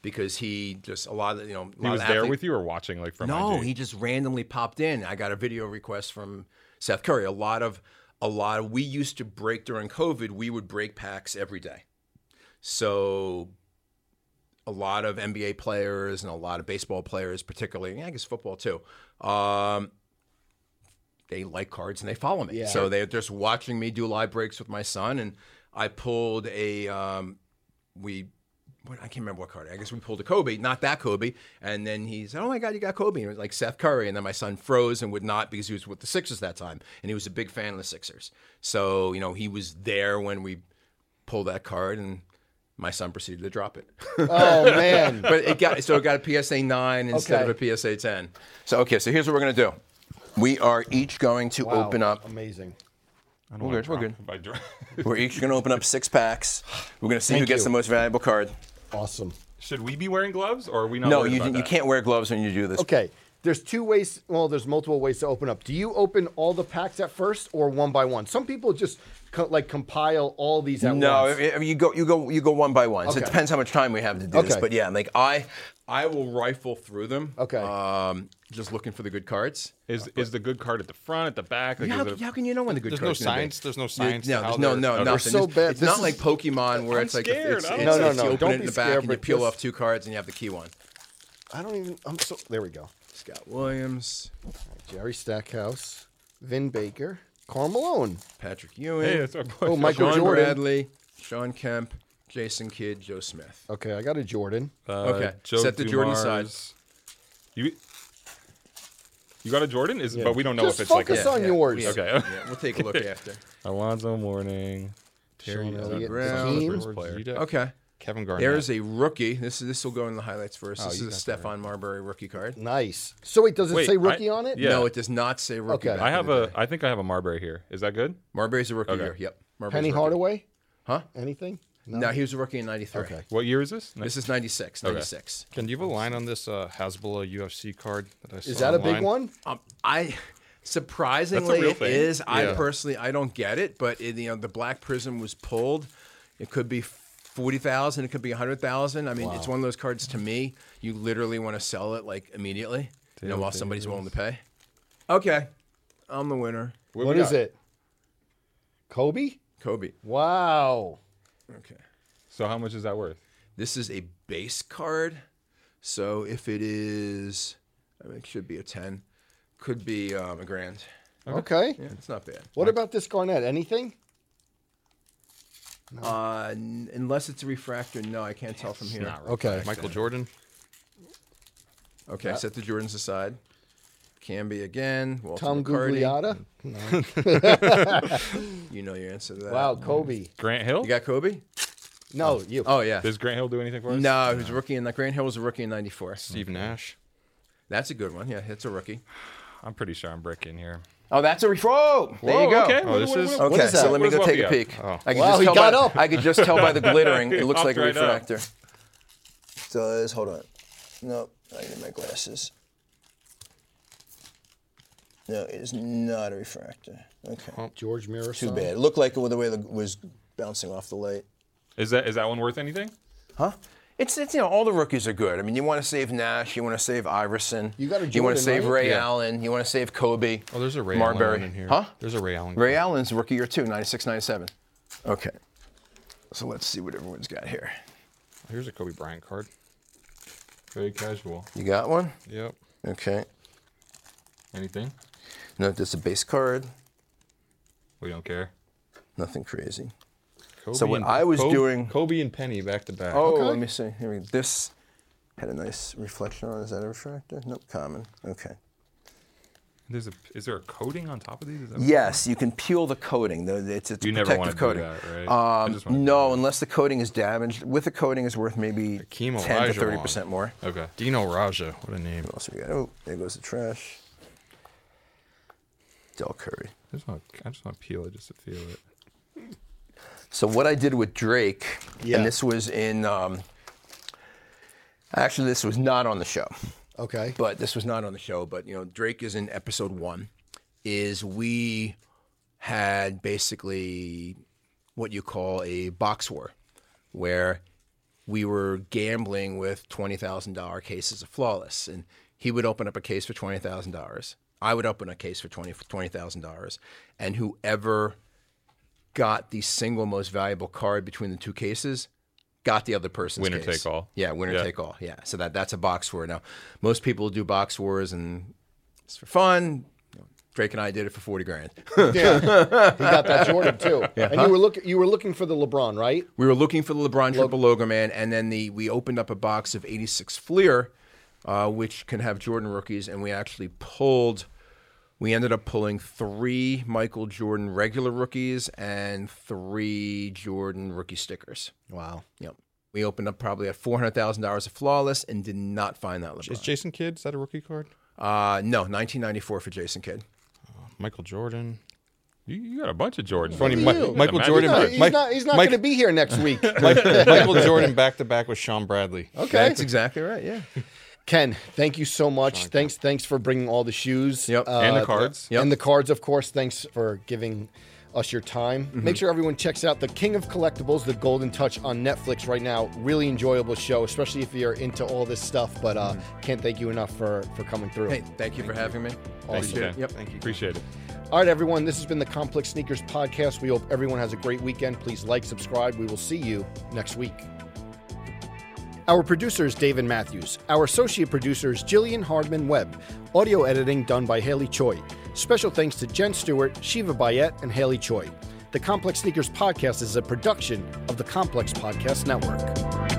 S4: because he just a lot of you know a lot
S3: He was
S4: of
S3: there
S4: athlete-
S3: with you or watching like from
S4: No,
S3: IG?
S4: he just randomly popped in. I got a video request from Seth Curry. A lot of a lot of we used to break during COVID. We would break packs every day, so. A lot of NBA players and a lot of baseball players, particularly, and I guess football too. Um, they like cards and they follow me.
S1: Yeah.
S4: So they're just watching me do live breaks with my son. And I pulled a, um, we, what, I can't remember what card. I guess we pulled a Kobe, not that Kobe. And then he said, Oh my God, you got Kobe. And it was like Seth Curry. And then my son froze and would not because he was with the Sixers that time. And he was a big fan of the Sixers. So, you know, he was there when we pulled that card and my son proceeded to drop it.
S1: Oh man.
S4: but it got, so it got a PSA 9 instead
S1: Okay.
S4: of a PSA 10. So, okay, so here's what we're going to do. We are each going to
S1: Wow,
S4: open up
S1: Amazing.
S3: I
S4: we're good, we're
S3: By dra-
S4: We're each going to open up six packs. We're going to see who
S1: Thank
S4: gets
S1: you.
S4: the most valuable card.
S1: Awesome.
S3: Should we be wearing gloves or are we not?
S4: No,
S3: worried
S4: you,
S3: about
S4: you
S3: that?
S4: can't wear gloves when you do this.
S1: Okay. There's two ways. Well, there's multiple ways to open up. Do you open all the packs at first or one by one? Some people just co- like compile all these at
S4: No,
S1: once.
S4: I mean, you go you go you go one by one. So it
S1: Okay.
S4: depends how much time we have to do this.
S1: Okay.
S4: But yeah, like I I will rifle through them.
S1: Okay.
S4: Um, just looking for the good cards.
S3: Is is the good card at the front, at the back? Like,
S4: How,
S3: is it a-
S4: how can you know when the good
S2: There's no
S4: card's gonna be?
S2: science. There's no science.
S4: No,
S2: to how
S4: there's no,
S2: they're-
S4: no,
S2: Okay.
S4: nothing.
S1: They're so
S4: It's-
S1: bad.
S4: It's
S1: This
S4: not
S1: is-
S4: like Pokemon where it's like the-
S3: scared.
S4: it's,
S3: I'm
S4: it's,
S3: No, no,
S4: it's
S1: no,
S4: you open
S1: don't
S4: it in
S1: be
S4: the back
S1: scared,
S4: and you
S1: but
S4: peel
S1: this-
S4: off two cards and you have the key one.
S1: I don't even. I'm so. There we go.
S4: Scott Williams,
S1: Jerry Stackhouse, Vin Baker, Carl Malone.
S4: Patrick Ewing,
S3: Hey, that's our boy.
S1: Oh, Michael
S4: Sean
S1: Jordan.
S4: Bradley, Sean Kemp, Jason Kidd, Joe Smith.
S1: Okay, I got a Jordan.
S3: Uh,
S4: okay,
S3: Joe
S4: set the Jordan
S3: Dumars.
S4: side.
S3: You you got a Jordan? Is but we don't know
S1: Just
S3: if it's
S1: focus
S3: like a,
S1: on yours.
S4: yeah,
S3: Okay.
S4: yeah, we'll take a look after.
S3: Alonzo Mourning. Terry
S1: Sean
S3: Allen.
S1: Elliott,
S4: Brown.
S1: Hakeem.
S3: First player.
S2: Zidek,
S4: Okay.
S2: Kevin Garnett.
S4: There's a rookie. This is this will go in the highlights for us.
S2: Oh,
S4: this
S2: you got
S4: is a
S2: that
S4: Stefan Marbury rookie card.
S1: Nice. So wait, does it
S3: Wait,
S1: say
S3: I-
S1: rookie on it?
S3: yeah.
S4: No, it does not say rookie.
S1: Okay.
S4: back
S3: I
S4: in
S3: have
S4: the
S3: a
S4: day.
S3: I think I have a Marbury here. Is that good?
S4: Marbury's a rookie here. Yep. Marbury's
S1: Penny
S4: a rookie.
S1: Hardaway.
S4: Huh?
S1: Anything?
S4: No. he was a rookie in '93.
S1: Okay.
S3: What year is this?
S4: This is '96. '96.
S2: Ken, do you have a line on this uh, Hasbulla UFC card that I saw?
S1: Is that a big
S2: online?
S1: one?
S4: Um, I surprisingly
S3: real
S4: it
S3: thing.
S4: is. I
S2: Yeah.
S4: personally I don't get it, but it, you know the black prism was pulled. It could be forty thousand. It could be hundred thousand. I mean, it's one of those cards to me. You literally want to sell it like immediately. You know, while somebody's willing to pay. Okay, I'm the winner,
S1: What
S3: we
S1: is
S3: got?
S1: it? Kobe?
S4: Kobe.
S1: Wow.
S4: Okay,
S3: So how much is that worth?
S4: this is a base card, so if it is, I mean, it should be a ten. Could be um, a grand.
S1: Okay.
S4: Yeah, it's not bad.
S1: What about this Garnett? Anything?
S4: Uh, n- unless it's a refractor, no, I can't tell from here.
S1: Okay.
S2: Michael Jordan.
S4: Okay, set the Jordans aside. Camby again. Walter
S1: Tom
S4: McCarty.
S1: Gugliotta.
S4: You know your answer to that.
S1: Wow, Kobe.
S3: Grant Hill?
S4: You got Kobe?
S1: No, you.
S4: Oh yeah.
S3: Does Grant Hill do anything for us?
S4: no, he was a rookie in that. Grant Hill was a rookie in '94.
S2: Steve Nash.
S4: That's a good one. Yeah, that's a rookie.
S3: I'm pretty sure I'm bricking here.
S4: Oh, that's a refro. Oh, there you go.
S3: Okay.
S2: Oh, this is-
S4: Okay,
S1: is that?
S4: so let me
S3: What does
S4: go take a
S3: Lafayette?
S4: peek.
S2: Oh.
S4: I could
S1: Wow,
S4: just
S1: he
S4: tell
S1: got
S4: by,
S1: up.
S4: I could just tell by the glittering.
S3: He
S4: It looks
S3: popped
S4: like a
S3: right up.
S4: refractor. So is hold on. No, I need my glasses.
S5: No, it is not a refractor. Okay.
S1: George Mirasol.
S5: Too bad. It looked like it with the way it was bouncing off the light.
S3: Is that is that one worth anything?
S4: Huh? It's, it's you know all the rookies are good. I mean, you want to save Nash, you want to save Iverson,
S1: You got a
S4: you
S1: Jordan,
S4: want to save
S1: right?
S4: Ray
S2: Yeah.
S4: Allen, you want to save Kobe.
S2: Oh, there's a Ray
S4: Marbury.
S2: Allen one in here.
S4: Huh?
S2: There's a Ray Allen.
S4: Ray
S2: card.
S4: Allen's rookie year too, 96, 97. Okay. So let's see what everyone's got here.
S2: Here's a Kobe Bryant card.
S3: Very casual.
S4: You got one?
S2: Yep.
S4: Okay.
S3: Anything?
S4: No, just a base card.
S3: We don't care.
S4: Nothing crazy.
S2: Kobe
S4: So what I was
S2: Kobe-
S4: doing-
S2: Kobe and Penny back to back.
S4: Oh, let me see. Here we This had a nice reflection on. it. Is that a refractor? Nope, common. Okay.
S3: There's a is there a coating on top of these? Is that-
S4: Yes, you can peel the coating. though. It's it's
S3: You
S4: a
S3: never wanna do
S4: protective coating.
S3: that, right? I
S4: Um,
S3: just wanna-
S4: no, unless the coating is damaged. With the coating is worth maybe ten
S2: Hakeem
S4: to
S2: Olajuwon.
S4: thirty percent more.
S3: Okay.
S2: Dino Raja, what a name.
S4: What else we got? Oh, there goes the trash. Del Curry.
S3: I just want I just want to peel it just to feel it.
S4: So what I did with Drake,
S1: Yeah.
S4: and this was in. Um, actually, this was not on the show,
S1: Okay.
S4: but this was not on the show. But you know, Drake is in episode one. Is we had basically what you call a box war, where we were gambling with twenty thousand dollar cases of flawless, and he would open up a case for twenty thousand dollars. I would open a case for twenty twenty thousand dollars, and whoever got the single most valuable card between the two cases got the other person's
S3: Winner
S4: case.
S3: take all.
S4: Yeah, winner
S3: Yeah.
S4: take all. Yeah, so that that's a box war. Now, most people do box wars, and it's for fun. Drake and I did it for forty grand.
S1: He got that Jordan too. And you were looking you were looking for the LeBron, right?
S4: We were looking for the LeBron triple logo man, and then the we opened up a box of '86 Fleer, uh, which can have Jordan rookies, and we actually pulled. We ended up pulling three Michael Jordan regular rookies and three Jordan rookie stickers.
S1: Wow.
S4: Yep. We opened up probably at four hundred thousand dollars of flawless and did not find that
S2: Is
S4: LeBron.
S2: Jason Kidd, is that a rookie card?
S4: Uh, no, nineteen ninety four for Jason Kidd.
S2: Michael Jordan.
S3: You, you got a bunch of Jordans.
S2: Funny,
S1: at
S2: Mi-
S1: you.
S2: Michael
S3: Look at
S2: Jordan.
S3: Magic.
S1: No,
S3: Mike-
S1: he's
S2: Mike-
S1: not he's not
S2: Mike-
S1: gonna be here next week.
S2: Mike- Michael Jordan back to back with Sean Bradley.
S1: Okay.
S4: That's exactly right. Yeah.
S1: Ken, thank you so much. Thanks, thanks for bringing all the shoes uh,
S4: Yep.
S3: And the cards.
S4: Yep.
S1: and the cards, of course. Thanks for giving us your time. Make sure everyone checks out the King of Collectibles, The Golden Touch on Netflix right now. Really enjoyable show, especially if you're into all this stuff. But uh, can't thank you enough for for coming through.
S4: Hey, thank you for having me. Appreciate it.
S3: Okay.
S4: Yep.
S2: Thank you.
S3: Appreciate it.
S1: All right, everyone. This has been the Complex Sneakers podcast. We hope everyone has a great weekend. Please like, subscribe. We will see you next week. Our producer is David Matthews. Our associate producer is Jillian Hardman Webb. Audio editing done by Haley Choi. Special thanks to Jen Stewart, Shiva Bayet, and Haley Choi. The Complex Sneakers Podcast is a production of the Complex Podcast Network.